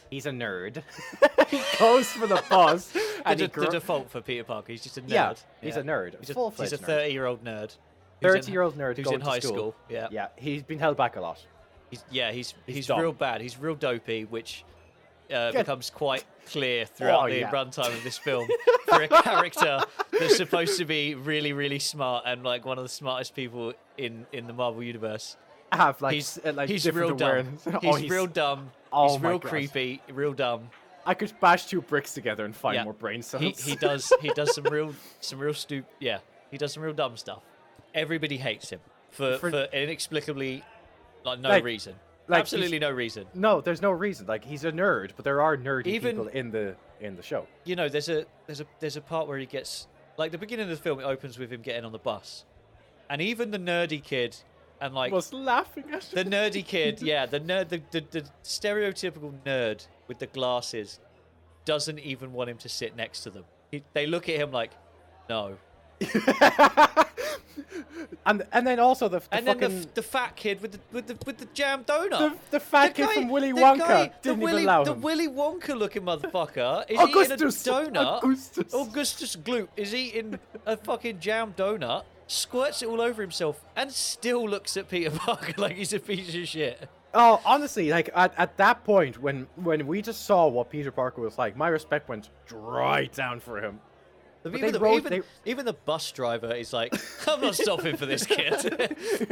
[SPEAKER 3] He's a nerd. he goes for the bus.
[SPEAKER 2] the,
[SPEAKER 3] and he
[SPEAKER 2] de-
[SPEAKER 3] gro-
[SPEAKER 2] the default for Peter Parker, he's just a nerd.
[SPEAKER 3] Yeah, he's a nerd,
[SPEAKER 2] He's a,
[SPEAKER 3] full-fledged
[SPEAKER 2] he's a
[SPEAKER 3] nerd.
[SPEAKER 2] 30 year old nerd. who's in-
[SPEAKER 3] 30-year-old nerd
[SPEAKER 2] who's
[SPEAKER 3] going
[SPEAKER 2] in
[SPEAKER 3] to
[SPEAKER 2] high
[SPEAKER 3] school.
[SPEAKER 2] Yeah,
[SPEAKER 3] Yeah, he's been held back a lot.
[SPEAKER 2] He's, yeah, he's he's,
[SPEAKER 3] dumb.
[SPEAKER 2] real bad. He's real dopey, which uh, becomes quite clear throughout
[SPEAKER 3] Oh,
[SPEAKER 2] the
[SPEAKER 3] yeah.
[SPEAKER 2] runtime of this film for a character that's supposed to be really, really smart and like one of the smartest people in in the Marvel universe.
[SPEAKER 1] have like,
[SPEAKER 2] He's
[SPEAKER 1] s- uh, like
[SPEAKER 2] he's real
[SPEAKER 1] different
[SPEAKER 2] dumb.
[SPEAKER 1] awareness.
[SPEAKER 2] He's,
[SPEAKER 1] Oh,
[SPEAKER 2] real dumb.
[SPEAKER 1] Oh
[SPEAKER 2] he's
[SPEAKER 1] my
[SPEAKER 2] real
[SPEAKER 1] God.
[SPEAKER 2] creepy. Real dumb.
[SPEAKER 1] I could bash two bricks together and find
[SPEAKER 2] Yeah.
[SPEAKER 1] more brain cells.
[SPEAKER 2] he, he does he does some real some real stoop yeah he does some real dumb stuff everybody hates him for for,
[SPEAKER 1] For-
[SPEAKER 2] inexplicably like no
[SPEAKER 1] Like-
[SPEAKER 2] reason
[SPEAKER 1] like
[SPEAKER 2] absolutely no reason
[SPEAKER 1] no, there's no reason. Like he's a nerd, but there are nerdy
[SPEAKER 2] Even-
[SPEAKER 1] people in the in the show.
[SPEAKER 2] you know there's a there's a there's a part where he gets like the beginning of the film it opens with him getting on the bus and even the nerdy kid and like
[SPEAKER 1] was laughing at
[SPEAKER 2] the nerdy kid yeah the nerd the, the, the stereotypical nerd with the glasses doesn't even want him to sit next to them he, they look at him like no
[SPEAKER 1] and and then also the, the
[SPEAKER 2] and
[SPEAKER 1] fucking
[SPEAKER 2] then the, f- the fat kid with the with the with the jam donut.
[SPEAKER 1] the, the fat kid from Willy Wonka didn't
[SPEAKER 2] the Willy,
[SPEAKER 1] even allow
[SPEAKER 2] the
[SPEAKER 1] him.
[SPEAKER 2] Willy Wonka looking motherfucker is
[SPEAKER 1] Augustus,
[SPEAKER 2] eating a donut.
[SPEAKER 1] Augustus.
[SPEAKER 2] Augustus Gloop is eating a fucking jam donut, squirts it all over himself, and still looks at Peter Parker like he's a piece of shit.
[SPEAKER 1] oh, honestly, like at, at that point when when we just saw what Peter Parker was like, my respect went right down for him.
[SPEAKER 2] But
[SPEAKER 1] they
[SPEAKER 2] even, the,
[SPEAKER 1] wrote-
[SPEAKER 2] even,
[SPEAKER 1] they-
[SPEAKER 2] even the bus driver is like, I'm not stopping for this kid.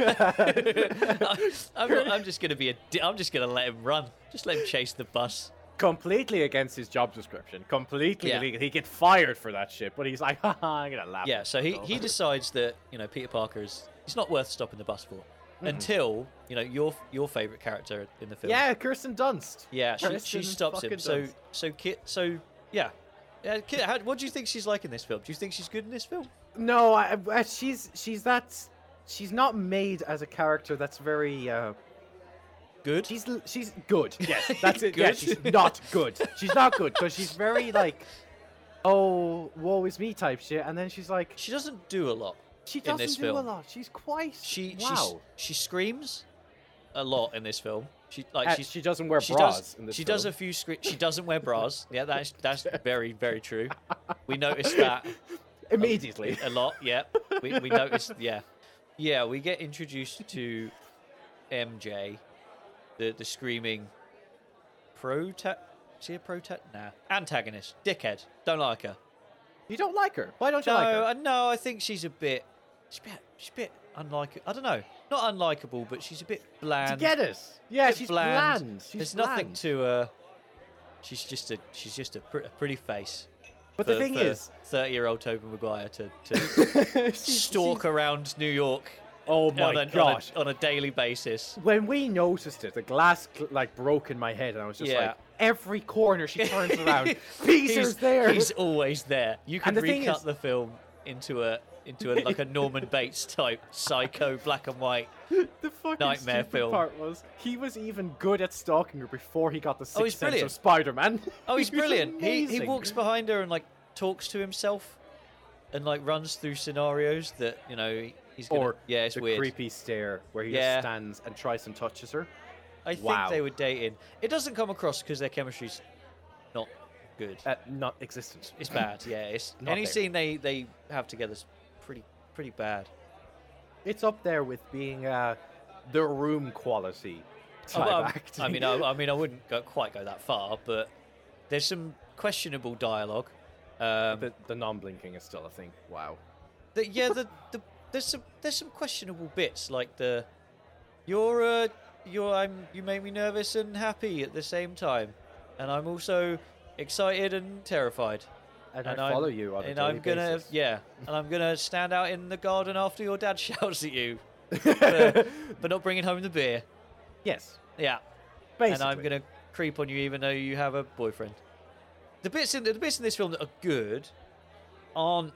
[SPEAKER 2] I, am just gonna be a. di- I'm just gonna let him run. Just let him chase the bus.
[SPEAKER 1] Completely against his job description. Completely,
[SPEAKER 2] Yeah.
[SPEAKER 1] he, he get fired for that shit. But he's like, ha ha, I'm gonna laugh.
[SPEAKER 2] Yeah,
[SPEAKER 1] at
[SPEAKER 2] so
[SPEAKER 1] this
[SPEAKER 2] he,
[SPEAKER 1] though."
[SPEAKER 2] he decides that you know Peter Parker is he's not worth stopping the bus for until you know your your favorite character in the film.
[SPEAKER 1] yeah, Kirsten Dunst.
[SPEAKER 2] yeah, she, she
[SPEAKER 1] Kristen
[SPEAKER 2] stops him.
[SPEAKER 1] fucking
[SPEAKER 2] So
[SPEAKER 1] Dunst.
[SPEAKER 2] so Kit so yeah, Uh, Ki- how, what do you think she's like in this film? Do you think she's good in this film?
[SPEAKER 1] No, I, I- she's she's that's she's not made as a character that's very. Uh,
[SPEAKER 2] Good.
[SPEAKER 1] she's l- she's good. Yes, that's it. Yeah,
[SPEAKER 2] Good.
[SPEAKER 1] she's not good. She's not good because she's very like, oh, woe is me type shit, and then she's like,
[SPEAKER 2] She doesn't do a lot.
[SPEAKER 1] she
[SPEAKER 2] in
[SPEAKER 1] doesn't
[SPEAKER 2] this
[SPEAKER 1] do a
[SPEAKER 2] film.
[SPEAKER 1] lot. She's quite.
[SPEAKER 2] She she s-
[SPEAKER 1] wow.
[SPEAKER 2] she screams a lot in this film. She like
[SPEAKER 1] Uh,
[SPEAKER 2] she's,
[SPEAKER 1] she doesn't wear
[SPEAKER 2] she
[SPEAKER 1] bras
[SPEAKER 2] does
[SPEAKER 1] in this
[SPEAKER 2] she
[SPEAKER 1] film.
[SPEAKER 2] does a few scre- she doesn't wear bras. Yeah, that's that's very very true. We noticed that
[SPEAKER 1] immediately.
[SPEAKER 2] a um, lot. Yeah, we we noticed. Yeah, yeah. We get introduced to MJ, the the screaming prota. Is she a prota? Nah, antagonist, dickhead. Don't like her.
[SPEAKER 1] You don't like her. Why don't you
[SPEAKER 2] No,
[SPEAKER 1] like her?
[SPEAKER 2] I- no. I think she's a bit. She's a bit. She's a bit unlike. I don't know. Not unlikable, but she's a bit bland.
[SPEAKER 1] Get it? Yeah,
[SPEAKER 2] bit
[SPEAKER 1] she's
[SPEAKER 2] bland.
[SPEAKER 1] bland. She's
[SPEAKER 2] There's nothing
[SPEAKER 1] bland.
[SPEAKER 2] to her. She's just a. She's just a, pr- a pretty face.
[SPEAKER 1] But the
[SPEAKER 2] for-
[SPEAKER 1] thing
[SPEAKER 2] for
[SPEAKER 1] is,
[SPEAKER 2] thirty-year-old Toby Maguire to, to
[SPEAKER 1] she's-
[SPEAKER 2] stalk around New York
[SPEAKER 1] Oh my
[SPEAKER 2] on a,
[SPEAKER 1] gosh!
[SPEAKER 2] On, a, on a daily basis.
[SPEAKER 1] when we noticed it, the glass cl- like broke in my head, and I was just
[SPEAKER 2] Yeah.
[SPEAKER 1] like, every corner she turns around, Peter's
[SPEAKER 2] he's,
[SPEAKER 1] there.
[SPEAKER 2] He's always there. You can
[SPEAKER 1] the thing
[SPEAKER 2] recut
[SPEAKER 1] is-
[SPEAKER 2] the film into a into a, like a Norman Bates type psycho black and white.
[SPEAKER 1] the fucking
[SPEAKER 2] nightmare
[SPEAKER 1] stupid
[SPEAKER 2] film.
[SPEAKER 1] part was he was even good at stalking her before he got the sixth
[SPEAKER 2] Oh, he's
[SPEAKER 1] sense
[SPEAKER 2] brilliant.
[SPEAKER 1] of Spider-Man.
[SPEAKER 2] Oh, he's
[SPEAKER 1] He was
[SPEAKER 2] brilliant. He he
[SPEAKER 1] amazing.
[SPEAKER 2] walks behind her and like talks to himself, and like runs through scenarios that you know he- he's gonna.
[SPEAKER 1] Or
[SPEAKER 2] yeah, it's
[SPEAKER 1] the
[SPEAKER 2] weird.
[SPEAKER 1] creepy stare where he
[SPEAKER 2] Yeah.
[SPEAKER 1] just stands and tries and touches her.
[SPEAKER 2] I think
[SPEAKER 1] Wow.
[SPEAKER 2] they were dating. It doesn't come across because their chemistry's not good.
[SPEAKER 1] Uh, not existent.
[SPEAKER 2] It's bad. Yeah, it's
[SPEAKER 1] Not
[SPEAKER 2] any
[SPEAKER 1] there.
[SPEAKER 2] scene they they have together's pretty pretty bad.
[SPEAKER 1] It's up there with being uh, the room quality
[SPEAKER 2] Oh,
[SPEAKER 1] type
[SPEAKER 2] well,
[SPEAKER 1] acting.
[SPEAKER 2] I mean, I, I mean, I wouldn't go, quite go that far, but there's some questionable dialogue. Um,
[SPEAKER 1] the, the non-blinking is still a thing. Wow.
[SPEAKER 2] the- yeah, the, the there's some there's some questionable bits like the you're uh, you're I'm you make me nervous and happy at the same time, and I'm also excited and terrified.
[SPEAKER 1] And,
[SPEAKER 2] and
[SPEAKER 1] I
[SPEAKER 2] I'm-
[SPEAKER 1] follow you on a
[SPEAKER 2] and
[SPEAKER 1] daily
[SPEAKER 2] I'm gonna
[SPEAKER 1] basis.
[SPEAKER 2] yeah, and I'm gonna stand out in the garden after your dad shouts at you, for, for not bringing home the beer.
[SPEAKER 1] Yes.
[SPEAKER 2] Yeah,
[SPEAKER 1] Basically.
[SPEAKER 2] and I'm gonna creep on you even though you have a boyfriend. The bits in the bits in this film that are good aren't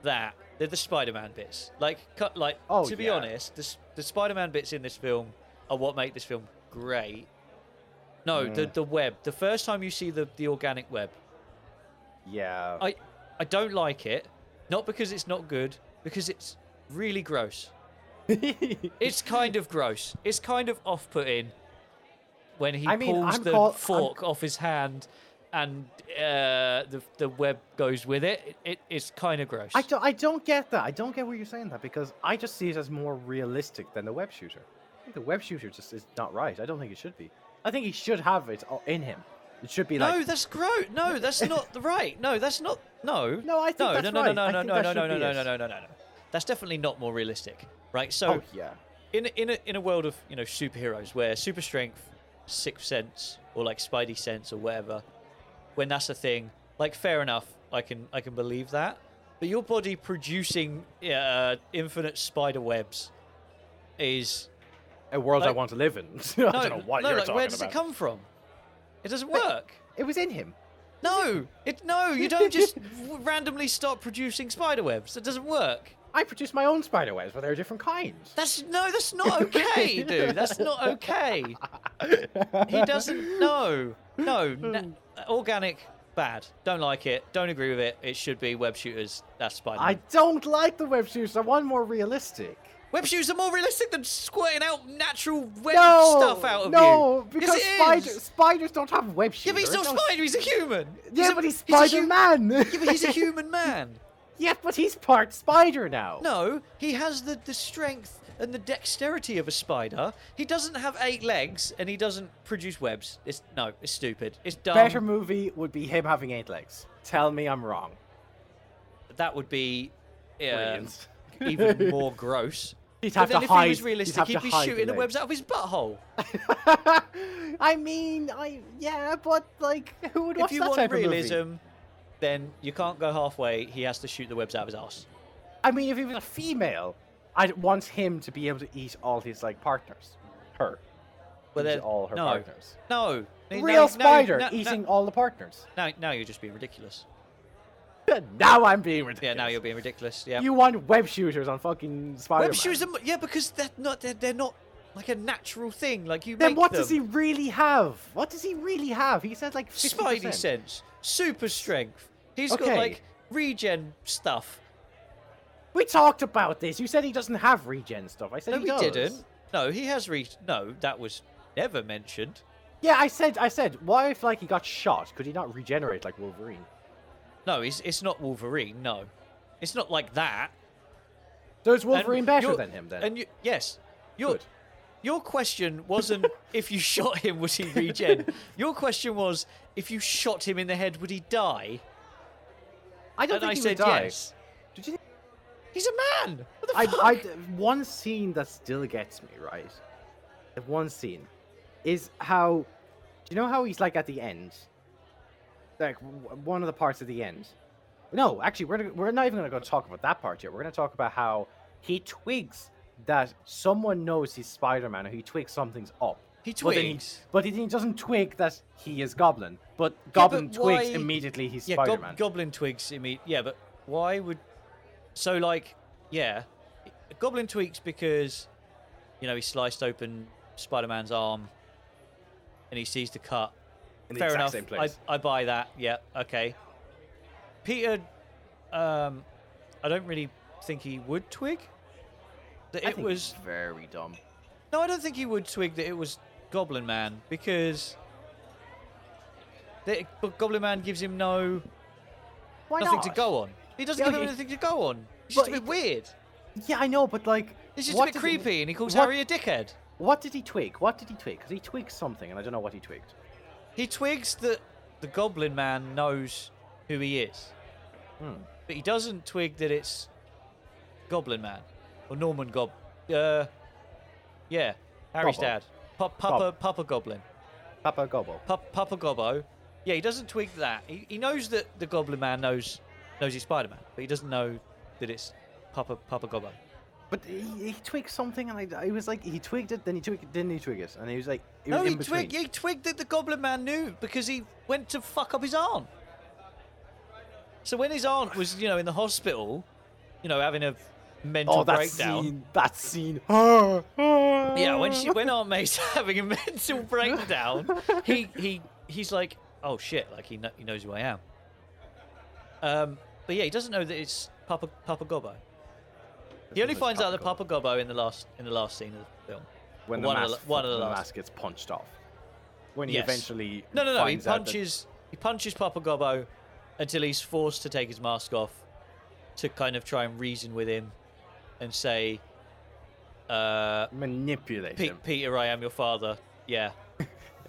[SPEAKER 2] that. They're the Spider-Man bits. Like, cut- like
[SPEAKER 1] Oh,
[SPEAKER 2] to be
[SPEAKER 1] yeah.
[SPEAKER 2] honest, the, s- the Spider-Man bits in this film are what make this film great. No,
[SPEAKER 1] Mm.
[SPEAKER 2] the the web. The first time you see the the organic web,
[SPEAKER 1] Yeah.
[SPEAKER 2] I I don't like it. Not because it's not good, because it's really gross. it's kind of gross. It's kind of off-putting when he
[SPEAKER 1] I mean,
[SPEAKER 2] pulls
[SPEAKER 1] I'm
[SPEAKER 2] the
[SPEAKER 1] call- I'm-
[SPEAKER 2] fork off his hand and uh, the the web goes with it. It it's kind of gross.
[SPEAKER 1] I, do, I don't get that. I don't get where you're saying that because I just see it as more realistic than the web shooter. I think the web shooter just is not right. I don't think it should be. I think he should have it o- in him. It should be
[SPEAKER 2] no,
[SPEAKER 1] like
[SPEAKER 2] that's gross. No, that's not the right. No, that's not. No.
[SPEAKER 1] No, I think
[SPEAKER 2] no,
[SPEAKER 1] that's
[SPEAKER 2] no, no,
[SPEAKER 1] right.
[SPEAKER 2] no,
[SPEAKER 1] I
[SPEAKER 2] no,
[SPEAKER 1] think
[SPEAKER 2] no,
[SPEAKER 1] that
[SPEAKER 2] no, no,
[SPEAKER 1] should
[SPEAKER 2] no,
[SPEAKER 1] be
[SPEAKER 2] no,
[SPEAKER 1] it.
[SPEAKER 2] no, no, no, no. That's definitely not more realistic, right? So
[SPEAKER 1] oh yeah,
[SPEAKER 2] in in a, in a world of you know superheroes where super strength, sixth sense, or like Spidey sense or whatever, when that's a thing, like fair enough, I can I can believe that. But your body producing uh, infinite spider webs is
[SPEAKER 1] a world I
[SPEAKER 2] like-
[SPEAKER 1] want to live in. I
[SPEAKER 2] no,
[SPEAKER 1] don't know what
[SPEAKER 2] no,
[SPEAKER 1] you're
[SPEAKER 2] like,
[SPEAKER 1] talking
[SPEAKER 2] where does
[SPEAKER 1] about.
[SPEAKER 2] it come from? It doesn't work.
[SPEAKER 1] It was in him.
[SPEAKER 2] No, it no, you don't just w- randomly start producing spider webs. That doesn't work.
[SPEAKER 1] I produce my own spider webs, but they're different kinds.
[SPEAKER 2] That's no, that's not okay, dude. That's not okay. He doesn't. No, no.
[SPEAKER 1] Hmm.
[SPEAKER 2] na- organic, bad. Don't like it. Don't agree with it. It should be web shooters. That's Spider.
[SPEAKER 1] I
[SPEAKER 2] man
[SPEAKER 1] don't like the web shooters. I want more realistic.
[SPEAKER 2] Web shooters are more realistic than squirting out natural web
[SPEAKER 1] No,
[SPEAKER 2] stuff out of you.
[SPEAKER 1] no, because
[SPEAKER 2] yes, it
[SPEAKER 1] spiders
[SPEAKER 2] is.
[SPEAKER 1] spiders don't have web shooters.
[SPEAKER 2] Yeah, but he's not
[SPEAKER 1] No-
[SPEAKER 2] spider. He's a human.
[SPEAKER 1] Yeah,
[SPEAKER 2] a-
[SPEAKER 1] but he's
[SPEAKER 2] a hu-
[SPEAKER 1] Spider Man.
[SPEAKER 2] Yeah, but he's a human man.
[SPEAKER 1] yeah, but he's part spider now.
[SPEAKER 2] No, he has the, the strength and the dexterity of a spider. He doesn't have eight legs and he doesn't produce webs. It's no, it's stupid. It's dumb.
[SPEAKER 1] better movie would be him having eight legs. Tell me I'm wrong.
[SPEAKER 2] that would be um,
[SPEAKER 1] Brilliant.
[SPEAKER 2] even more gross.
[SPEAKER 1] He'd
[SPEAKER 2] But
[SPEAKER 1] have
[SPEAKER 2] then
[SPEAKER 1] to
[SPEAKER 2] if
[SPEAKER 1] hide.
[SPEAKER 2] he was realistic,
[SPEAKER 1] have
[SPEAKER 2] he'd
[SPEAKER 1] to
[SPEAKER 2] be
[SPEAKER 1] hide
[SPEAKER 2] shooting the,
[SPEAKER 1] legs.
[SPEAKER 2] webs out of his butthole.
[SPEAKER 1] I mean, I yeah, but like, who would watch
[SPEAKER 2] if you
[SPEAKER 1] that type
[SPEAKER 2] want
[SPEAKER 1] of movie?
[SPEAKER 2] realism, then you can't go halfway. He has to shoot the webs out of his ass.
[SPEAKER 1] I mean, if he was a female, I'd want him to be able to eat all his like partners. Her.
[SPEAKER 2] But
[SPEAKER 1] Eat
[SPEAKER 2] then
[SPEAKER 1] all her
[SPEAKER 2] no,
[SPEAKER 1] partners.
[SPEAKER 2] no, no,
[SPEAKER 1] Real
[SPEAKER 2] no,
[SPEAKER 1] spider
[SPEAKER 2] no, no,
[SPEAKER 1] eating all the partners.
[SPEAKER 2] Now, now you're just being ridiculous.
[SPEAKER 1] now I'm being ridiculous.
[SPEAKER 2] Yeah, now you're being ridiculous. Yeah.
[SPEAKER 1] You want web shooters on fucking Spider-Man.
[SPEAKER 2] Web shoes are, mo- yeah, because they're not they're, they're not like a natural thing. Like you
[SPEAKER 1] Then
[SPEAKER 2] make
[SPEAKER 1] what
[SPEAKER 2] them.
[SPEAKER 1] does he really have? What does he really have? He said like 50%.
[SPEAKER 2] Spidey sense, super strength. He's
[SPEAKER 1] Okay.
[SPEAKER 2] got like regen stuff.
[SPEAKER 1] We talked about this. You said he doesn't have regen stuff. I said
[SPEAKER 2] No,
[SPEAKER 1] he, does.
[SPEAKER 2] he didn't. No, he has re. No, that was never mentioned.
[SPEAKER 1] Yeah, I said. I said. What if like he got shot? Could he not regenerate like Wolverine?
[SPEAKER 2] No, it's it's not Wolverine. No, it's not like that.
[SPEAKER 1] So is
[SPEAKER 2] And
[SPEAKER 1] Wolverine better
[SPEAKER 2] your-
[SPEAKER 1] than him then?
[SPEAKER 2] And you, yes, your
[SPEAKER 1] Good.
[SPEAKER 2] your question wasn't if you shot him would he regen. your question was if you shot him in the head would he die?
[SPEAKER 1] I don't
[SPEAKER 2] and
[SPEAKER 1] think
[SPEAKER 2] I
[SPEAKER 1] he
[SPEAKER 2] said
[SPEAKER 1] would die.
[SPEAKER 2] yes.
[SPEAKER 1] Did you think?
[SPEAKER 2] He's a man. What the
[SPEAKER 1] I,
[SPEAKER 2] fuck?
[SPEAKER 1] I, one scene that still gets me right. The One scene is how. Do you know how he's like at the end? Like w- one of the parts at the end. No, actually, we're, gonna- we're not even going to go talk about that part yet. We're going to talk about how he twigs that someone knows he's Spider Man or he twigs something's up.
[SPEAKER 2] He
[SPEAKER 1] But then he-
[SPEAKER 2] twigs.
[SPEAKER 1] But he, he doesn't twig that he is Goblin. But
[SPEAKER 2] but
[SPEAKER 1] Goblin twigs
[SPEAKER 2] why-
[SPEAKER 1] immediately he's
[SPEAKER 2] yeah,
[SPEAKER 1] Spider Man.
[SPEAKER 2] gob- goblin twigs. I mean, yeah, but why would? So like, yeah, goblin twigs because, you know, he sliced open Spider-Man's arm, and he sees the cut.
[SPEAKER 3] In the
[SPEAKER 2] Fair
[SPEAKER 3] exact
[SPEAKER 2] enough.
[SPEAKER 3] same place.
[SPEAKER 2] I, I buy that. Yeah. Okay. Peter, um, I don't really think he would twig that
[SPEAKER 3] I
[SPEAKER 2] it
[SPEAKER 3] think
[SPEAKER 2] was.
[SPEAKER 3] it's very dumb.
[SPEAKER 2] No, I don't think he would twig that it was Goblin Man because. That, but Goblin Man gives him no
[SPEAKER 1] Why
[SPEAKER 2] nothing
[SPEAKER 1] not?
[SPEAKER 2] to go on. He doesn't
[SPEAKER 1] Yeah,
[SPEAKER 2] give him
[SPEAKER 1] he-
[SPEAKER 2] anything to go on. It's just a
[SPEAKER 1] But
[SPEAKER 2] bit
[SPEAKER 1] he-
[SPEAKER 2] weird.
[SPEAKER 1] Yeah, I know, but like.
[SPEAKER 2] It's just
[SPEAKER 1] what
[SPEAKER 2] a bit
[SPEAKER 1] does it-
[SPEAKER 2] creepy, and he calls
[SPEAKER 1] what-
[SPEAKER 2] Harry a dickhead.
[SPEAKER 1] What did he twig? What did he twig? Because he twigged something, and I don't know what he twigged.
[SPEAKER 2] He twigs that the Goblin Man knows who he is,
[SPEAKER 1] Hmm.
[SPEAKER 2] but he doesn't twig that it's Goblin Man or Norman Gob. Uh, yeah, Harry's
[SPEAKER 1] Gobbo.
[SPEAKER 2] dad, Pop Papa Papa Goblin,
[SPEAKER 1] Papa Gobble.
[SPEAKER 2] Pop Papa Gobbo. Yeah, he doesn't twig that. He, he knows that the Goblin Man knows knows he's Spider Man, but he doesn't know that it's Papa Papa Gobbo.
[SPEAKER 1] But he, he twigged something, and I, I was like, he twigged it, then he twigged, then he twigged it, and he was like, it
[SPEAKER 2] No,
[SPEAKER 1] was
[SPEAKER 2] he
[SPEAKER 1] in between.
[SPEAKER 2] twigged, he twigged that the Goblin Man knew because he went to fuck up his aunt. So when his aunt was, you know, in the hospital, you know, having a mental
[SPEAKER 1] Oh, that
[SPEAKER 2] breakdown.
[SPEAKER 1] scene! That scene! Ah. yeah,
[SPEAKER 2] Yeah, when she when Aunt May's having a mental breakdown, he he he's like, oh shit, like he kno- he knows who I am. Um, but yeah, he doesn't know that it's Papa Papa Gobbo. He only
[SPEAKER 1] it's
[SPEAKER 2] finds out
[SPEAKER 1] Papa
[SPEAKER 2] that Papa Gobbo in the last in the last scene of the film.
[SPEAKER 3] When the
[SPEAKER 2] one
[SPEAKER 3] mask,
[SPEAKER 2] of the, one of the
[SPEAKER 3] fucking
[SPEAKER 2] last.
[SPEAKER 3] mask gets punched off. When he
[SPEAKER 2] Yes.
[SPEAKER 3] eventually
[SPEAKER 2] No, no, no. He
[SPEAKER 3] finds out that-
[SPEAKER 2] punches. He punches Papa Gobbo until he's forced to take his mask off to kind of try and reason with him and say, uh,
[SPEAKER 3] manipulate
[SPEAKER 2] Pe-
[SPEAKER 3] him.
[SPEAKER 2] "Peter, I am your father. Yeah, I'm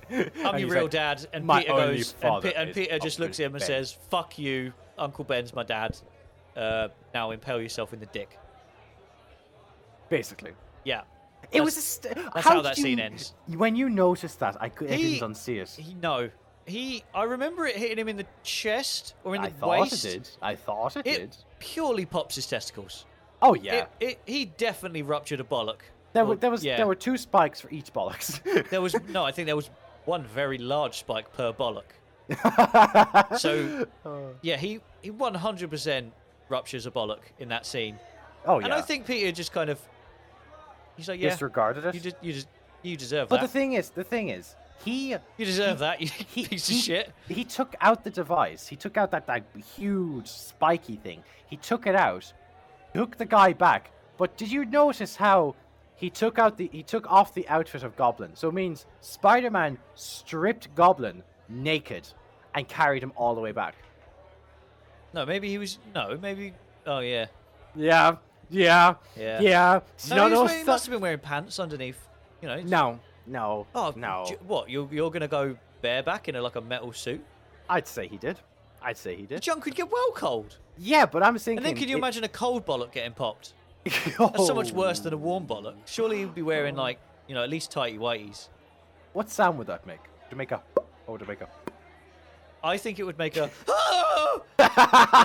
[SPEAKER 3] And
[SPEAKER 2] your
[SPEAKER 3] he's
[SPEAKER 2] real
[SPEAKER 3] like,
[SPEAKER 2] dad." And
[SPEAKER 3] "My
[SPEAKER 2] Peter
[SPEAKER 3] only
[SPEAKER 2] goes, and,
[SPEAKER 3] father
[SPEAKER 2] Pe- and
[SPEAKER 3] is
[SPEAKER 2] Peter just looks
[SPEAKER 3] Uncle
[SPEAKER 2] at him and
[SPEAKER 3] Ben."
[SPEAKER 2] says, "Fuck you, Uncle Ben's my dad. Uh, now impale yourself in the dick."
[SPEAKER 3] Basically.
[SPEAKER 2] Yeah,
[SPEAKER 1] It
[SPEAKER 2] That's-
[SPEAKER 1] was. A st-
[SPEAKER 2] how
[SPEAKER 1] did
[SPEAKER 2] that
[SPEAKER 1] you-
[SPEAKER 2] scene ends.
[SPEAKER 1] When you noticed that, I, could,
[SPEAKER 2] He-
[SPEAKER 1] I didn't unsee it.
[SPEAKER 2] he no, he. I remember it hitting him in the chest or in
[SPEAKER 3] I
[SPEAKER 2] the
[SPEAKER 3] thought
[SPEAKER 2] waist.
[SPEAKER 3] it did. I thought it,
[SPEAKER 2] It
[SPEAKER 3] did.
[SPEAKER 2] purely pops his testicles.
[SPEAKER 1] Oh yeah.
[SPEAKER 2] It, it, he definitely ruptured a bollock.
[SPEAKER 1] there,
[SPEAKER 2] Or-
[SPEAKER 1] were, there was
[SPEAKER 2] yeah.
[SPEAKER 1] there were two spikes for each bollocks.
[SPEAKER 2] There was no. I think there was one very large spike per bollock. So
[SPEAKER 1] Oh.
[SPEAKER 2] yeah, he he one hundred percent ruptures a bollock in that scene,
[SPEAKER 1] oh yeah.
[SPEAKER 2] and I think Peter just kind of he's like, yeah,
[SPEAKER 1] disregarded it.
[SPEAKER 2] you just you just you deserve
[SPEAKER 1] but
[SPEAKER 2] that.
[SPEAKER 1] the thing is, the thing is, he
[SPEAKER 2] you deserve that. You piece of
[SPEAKER 1] he-
[SPEAKER 2] shit.
[SPEAKER 1] He took out the device. He took out that, that huge spiky thing. He took it out, took the guy back. But did you notice how he took out the he took off the outfit of Goblin? So it means Spider-Man stripped Goblin naked and carried him all the way back.
[SPEAKER 2] No, maybe he was no, maybe oh yeah,
[SPEAKER 1] Yeah. Yeah.
[SPEAKER 2] yeah.
[SPEAKER 1] Yeah.
[SPEAKER 2] No, no, he must have been wearing pants underneath. You know. it's-
[SPEAKER 1] no. No.
[SPEAKER 2] Oh
[SPEAKER 1] no.
[SPEAKER 2] j- What you're you're gonna go bareback in a, like a metal suit?
[SPEAKER 1] I'd say he did. I'd say he
[SPEAKER 2] The
[SPEAKER 1] did.
[SPEAKER 2] junk could get well cold.
[SPEAKER 1] Yeah, but I'm thinking.
[SPEAKER 2] And then can you
[SPEAKER 1] it- Oh,
[SPEAKER 2] imagine a cold bollock getting popped? That's so much worse than a warm bollock. Surely you'd be wearing like, you know, at least tighty whities.
[SPEAKER 1] What sound would that make? Jamaica. Oh, Jamaica.
[SPEAKER 2] I think it would make a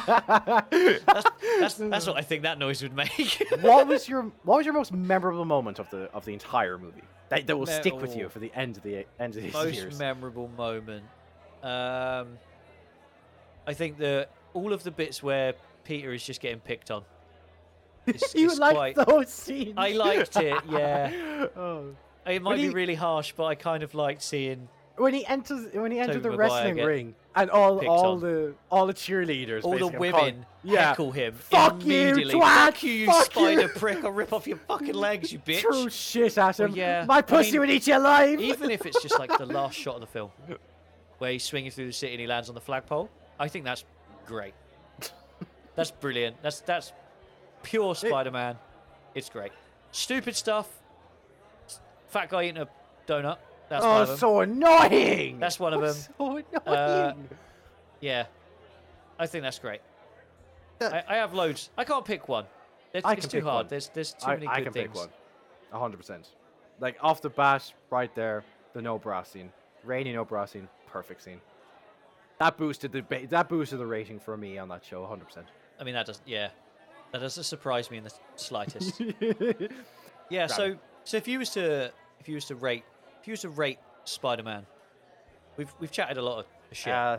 [SPEAKER 2] that's, that's, that's what I think that noise would make.
[SPEAKER 1] what was your What was your most memorable moment of the of the entire movie that, that will stick with you
[SPEAKER 2] Memorable.
[SPEAKER 1] for the end of the end of these
[SPEAKER 2] Most
[SPEAKER 1] years?
[SPEAKER 2] memorable moment. Um I think the all of the bits where Peter is just getting picked on. It's,
[SPEAKER 1] you
[SPEAKER 2] it's
[SPEAKER 1] liked
[SPEAKER 2] quite-
[SPEAKER 1] those scenes.
[SPEAKER 2] I liked it, yeah.
[SPEAKER 1] Oh.
[SPEAKER 2] It
[SPEAKER 1] When
[SPEAKER 2] might be
[SPEAKER 1] he-
[SPEAKER 2] really harsh, but I kind of liked seeing.
[SPEAKER 1] When he enters, when he entered
[SPEAKER 2] Tobey
[SPEAKER 1] the
[SPEAKER 2] Maguire
[SPEAKER 1] wrestling
[SPEAKER 2] get
[SPEAKER 1] ring, and all
[SPEAKER 2] picked
[SPEAKER 1] all
[SPEAKER 2] on.
[SPEAKER 1] the all the cheerleaders,
[SPEAKER 2] all the
[SPEAKER 1] basically, I'm calling-
[SPEAKER 2] women
[SPEAKER 1] yeah.
[SPEAKER 2] heckle him
[SPEAKER 1] Fuck you,
[SPEAKER 2] immediately.
[SPEAKER 1] twat!
[SPEAKER 2] Fuck you, you
[SPEAKER 1] Fuck
[SPEAKER 2] spider
[SPEAKER 1] you!"
[SPEAKER 2] prick! I'll rip off your fucking legs, you bitch!
[SPEAKER 1] threw shit at
[SPEAKER 2] Well,
[SPEAKER 1] him.
[SPEAKER 2] yeah. I
[SPEAKER 1] My pussy
[SPEAKER 2] mean,
[SPEAKER 1] would eat you alive.
[SPEAKER 2] Even if it's just like the last shot of the film, where he's swinging through the city and he lands on the flagpole, I think that's great. That's brilliant. That's that's pure Spider-Man. It's great. Stupid stuff. S- Fat guy eating a donut. That's one
[SPEAKER 1] oh,
[SPEAKER 2] of them.
[SPEAKER 1] so annoying.
[SPEAKER 2] That's one of them.
[SPEAKER 1] So annoying.
[SPEAKER 2] Uh, Yeah, I think that's great. I, I have loads. I can't pick one. It's,
[SPEAKER 3] I
[SPEAKER 2] it's
[SPEAKER 3] can
[SPEAKER 2] too
[SPEAKER 3] pick
[SPEAKER 2] hard.
[SPEAKER 3] one.
[SPEAKER 2] There's there's too
[SPEAKER 3] I,
[SPEAKER 2] many
[SPEAKER 3] I
[SPEAKER 2] good
[SPEAKER 3] can
[SPEAKER 2] things.
[SPEAKER 3] pick one. A hundred percent. Like off the bat, right there, the no bra scene, rainy no bra scene, perfect scene. That boosted the ba- that boosted the rating for me on that show, hundred percent.
[SPEAKER 2] I mean, that doesn't. Yeah, that doesn't surprise me in the slightest. yeah. So, so if you was to, if you was to rate, if you was to rate Spider-Man, we've we've chatted a lot of shit.
[SPEAKER 3] Uh,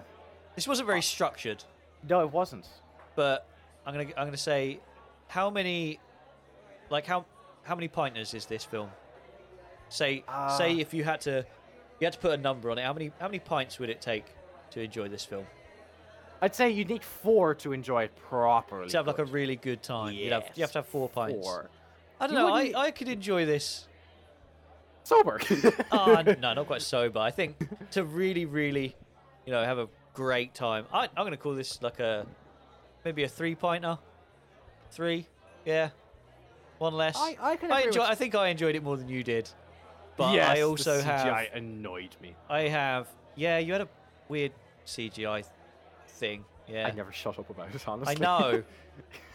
[SPEAKER 2] this wasn't very structured,
[SPEAKER 3] no, it wasn't.
[SPEAKER 2] but I'm gonna I'm gonna say, how many, like how how many pinters is this film? Say say
[SPEAKER 3] Uh,
[SPEAKER 2] if you had to, you had to put a number on it. How many how many pints would it take to enjoy this film?
[SPEAKER 3] I'd say you'd need four to enjoy it properly.
[SPEAKER 2] to have like a
[SPEAKER 3] good.
[SPEAKER 2] really good time. You'd have, you have to have four pints.
[SPEAKER 3] Four.
[SPEAKER 2] I don't
[SPEAKER 3] You
[SPEAKER 2] know. I,
[SPEAKER 3] wouldn't- e-
[SPEAKER 2] I could enjoy this.
[SPEAKER 3] Sober.
[SPEAKER 2] Oh, no, not quite sober. I think to really, really, you know, have a great time. I, I'm going to call this like a maybe a three pinter. Three, yeah, one less.
[SPEAKER 3] I- I can agree
[SPEAKER 2] enjoy.
[SPEAKER 3] with-
[SPEAKER 2] I think I enjoyed it more than you did. But
[SPEAKER 3] yes,
[SPEAKER 2] I also
[SPEAKER 3] the
[SPEAKER 2] have.
[SPEAKER 3] CGI annoyed me.
[SPEAKER 2] I have. Yeah, you had a weird CGI thing. Yeah,
[SPEAKER 3] I never shut up about it,
[SPEAKER 2] I
[SPEAKER 3] honestly.
[SPEAKER 2] know.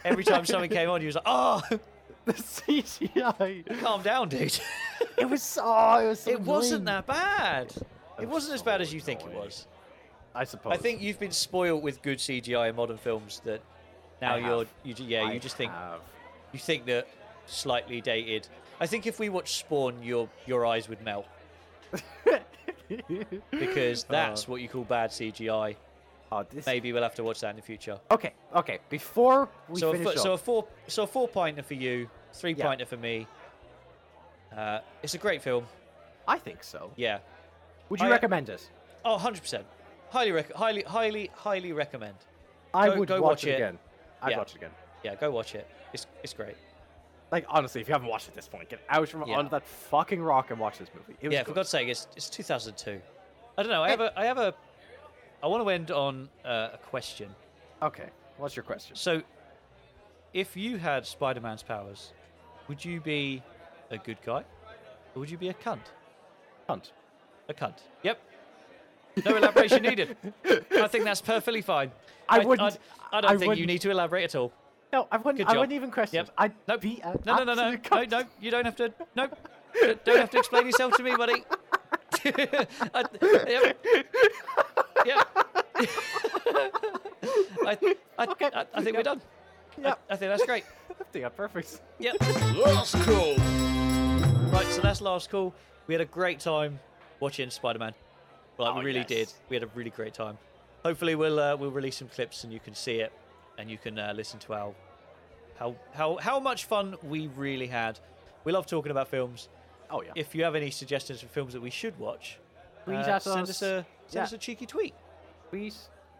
[SPEAKER 2] Every time something came on, you was like, "Oh,
[SPEAKER 3] the CGI.
[SPEAKER 2] calm down, dude."
[SPEAKER 1] it was so. Oh, it was so
[SPEAKER 2] It wasn't
[SPEAKER 1] annoying.
[SPEAKER 2] that bad. It
[SPEAKER 3] was
[SPEAKER 2] wasn't as
[SPEAKER 3] so
[SPEAKER 2] bad as you think it
[SPEAKER 3] annoying.
[SPEAKER 2] was.
[SPEAKER 3] I suppose.
[SPEAKER 2] I think you've been spoiled with good CGI in modern films that now
[SPEAKER 3] I
[SPEAKER 2] you're
[SPEAKER 3] have.
[SPEAKER 2] you, ju- yeah
[SPEAKER 3] I
[SPEAKER 2] you just think
[SPEAKER 3] have.
[SPEAKER 2] you think that slightly dated. I think if we watched Spawn, your your eyes would melt because that's what you call bad CGI.
[SPEAKER 3] Oh, this...
[SPEAKER 2] Maybe we'll have to watch that in the future.
[SPEAKER 3] Okay, okay. Before we
[SPEAKER 2] so a
[SPEAKER 3] finish up,
[SPEAKER 2] fo- so a four so a four pointer for you, three
[SPEAKER 3] Yeah.
[SPEAKER 2] pointer for me. Uh, it's a great film.
[SPEAKER 3] I think so.
[SPEAKER 2] Yeah.
[SPEAKER 3] Would you
[SPEAKER 2] I-
[SPEAKER 3] recommend it?
[SPEAKER 2] Oh, 100%. Highly rec- highly highly highly recommend.
[SPEAKER 3] I
[SPEAKER 2] Go-
[SPEAKER 3] would
[SPEAKER 2] go
[SPEAKER 3] watch
[SPEAKER 2] watch
[SPEAKER 3] it
[SPEAKER 2] it.
[SPEAKER 3] again. I'd
[SPEAKER 2] Yeah.
[SPEAKER 3] watch it again.
[SPEAKER 2] Yeah, go watch it. It's it's great.
[SPEAKER 3] Like honestly, if you haven't watched it at this point, get out from
[SPEAKER 2] Yeah.
[SPEAKER 3] under that fucking rock and watch this movie. It was
[SPEAKER 2] yeah,
[SPEAKER 3] good.
[SPEAKER 2] for God's sake, it's it's 2002. I don't know. I have a I have a I want to end on uh, a question.
[SPEAKER 3] Okay, what's your question?
[SPEAKER 2] So, if you had Spider-Man's powers, would you be a good guy or would you be a cunt?
[SPEAKER 3] Hunt.
[SPEAKER 2] A cunt. Yep. No elaboration needed. I think that's perfectly fine.
[SPEAKER 1] I wouldn't-
[SPEAKER 2] I, I don't
[SPEAKER 1] I
[SPEAKER 2] think you
[SPEAKER 1] wouldn't-
[SPEAKER 2] need to elaborate at all.
[SPEAKER 1] No, I wouldn't.
[SPEAKER 2] Good
[SPEAKER 1] I
[SPEAKER 2] job.
[SPEAKER 1] wouldn't even question.
[SPEAKER 2] Yep.
[SPEAKER 1] it. I'd
[SPEAKER 2] Nope.
[SPEAKER 1] be a
[SPEAKER 2] No, no, no, no,
[SPEAKER 1] absolute
[SPEAKER 2] no,
[SPEAKER 1] cunt.
[SPEAKER 2] no. You don't have to. No, don't have to explain yourself to me, buddy. I, yep. Yep. I, I,
[SPEAKER 1] Okay.
[SPEAKER 2] I, I think we're done. I-
[SPEAKER 1] Yep.
[SPEAKER 2] I, think that's great.
[SPEAKER 3] Yeah, perfect.
[SPEAKER 2] Yep. Last call. Right, so that's last call. We had a great time watching Spider-Man. Like
[SPEAKER 3] Oh,
[SPEAKER 2] we really
[SPEAKER 3] yes.
[SPEAKER 2] did. We had a really great time. Hopefully, we'll uh, we'll release some clips and you can see it, and you can uh, listen to how how how how much fun we really had. We love talking about films.
[SPEAKER 3] Oh yeah.
[SPEAKER 2] If you have any suggestions for films that we should watch,
[SPEAKER 1] Tweet
[SPEAKER 2] uh,
[SPEAKER 1] at
[SPEAKER 2] send
[SPEAKER 1] us.
[SPEAKER 2] us a send
[SPEAKER 1] Yeah.
[SPEAKER 2] us a cheeky tweet.
[SPEAKER 3] tweet.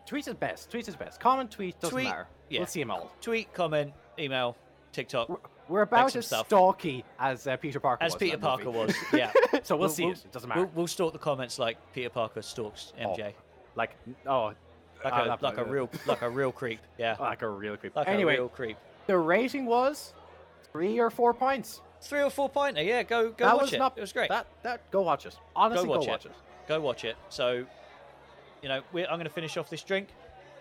[SPEAKER 3] Tweet is best. Tweet is best. Comment, tweet doesn't
[SPEAKER 2] Tweet,
[SPEAKER 3] matter.
[SPEAKER 2] yeah.
[SPEAKER 3] We'll see them all.
[SPEAKER 2] Tweet, comment, email, TikTok,
[SPEAKER 3] We're about
[SPEAKER 2] some
[SPEAKER 3] as
[SPEAKER 2] stuff.
[SPEAKER 3] stalky as uh, Peter Parker
[SPEAKER 2] as
[SPEAKER 3] was in
[SPEAKER 2] Peter
[SPEAKER 3] that
[SPEAKER 2] Parker
[SPEAKER 3] movie.
[SPEAKER 2] was. Yeah,
[SPEAKER 3] so we'll,
[SPEAKER 2] We'll-
[SPEAKER 3] see
[SPEAKER 2] we'll-
[SPEAKER 3] it. It doesn't matter.
[SPEAKER 2] we'll, we'll stalk the comments like Peter Parker stalks MJ,
[SPEAKER 3] Like oh,
[SPEAKER 2] like
[SPEAKER 3] I'll
[SPEAKER 2] a
[SPEAKER 3] have to-
[SPEAKER 2] like a real like a real creep. Yeah,
[SPEAKER 3] like a real creep.
[SPEAKER 2] like
[SPEAKER 3] anyway,
[SPEAKER 2] a real creep.
[SPEAKER 3] the rating was three or four points.
[SPEAKER 2] Three or four pointer. Yeah, go go
[SPEAKER 3] that
[SPEAKER 2] watch
[SPEAKER 3] was
[SPEAKER 2] it.
[SPEAKER 3] not.
[SPEAKER 2] It was great.
[SPEAKER 3] That that go watch it. Honestly,
[SPEAKER 2] go watch,
[SPEAKER 3] it.
[SPEAKER 2] it. Go watch it. So, you know, we're, I'm going to finish off this drink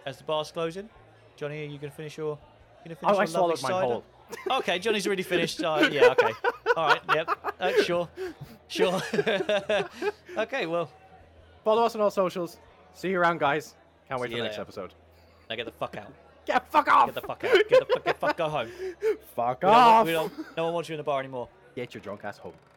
[SPEAKER 2] as the bar's closing. Johnny, are you going to finish your? Gonna finish
[SPEAKER 3] Oh, I
[SPEAKER 2] your lovely
[SPEAKER 3] swallowed mine
[SPEAKER 2] cider?
[SPEAKER 3] whole.
[SPEAKER 2] Okay, Johnny's already finished. Uh, yeah, okay. All right. Yep. Uh, sure. Sure. okay. Well,
[SPEAKER 3] Follow us on all socials. See you around, guys. Can't wait
[SPEAKER 2] See
[SPEAKER 3] for
[SPEAKER 2] you
[SPEAKER 3] the next
[SPEAKER 2] later.
[SPEAKER 3] episode.
[SPEAKER 2] now get the fuck out.
[SPEAKER 3] Get fuck off.
[SPEAKER 2] Get the fuck out. Get the fuck. Get the fuck. Go home.
[SPEAKER 3] fuck
[SPEAKER 2] We don't,
[SPEAKER 3] off.
[SPEAKER 2] want- we don't, no one wants you in the bar anymore.
[SPEAKER 3] Get your drunk ass home.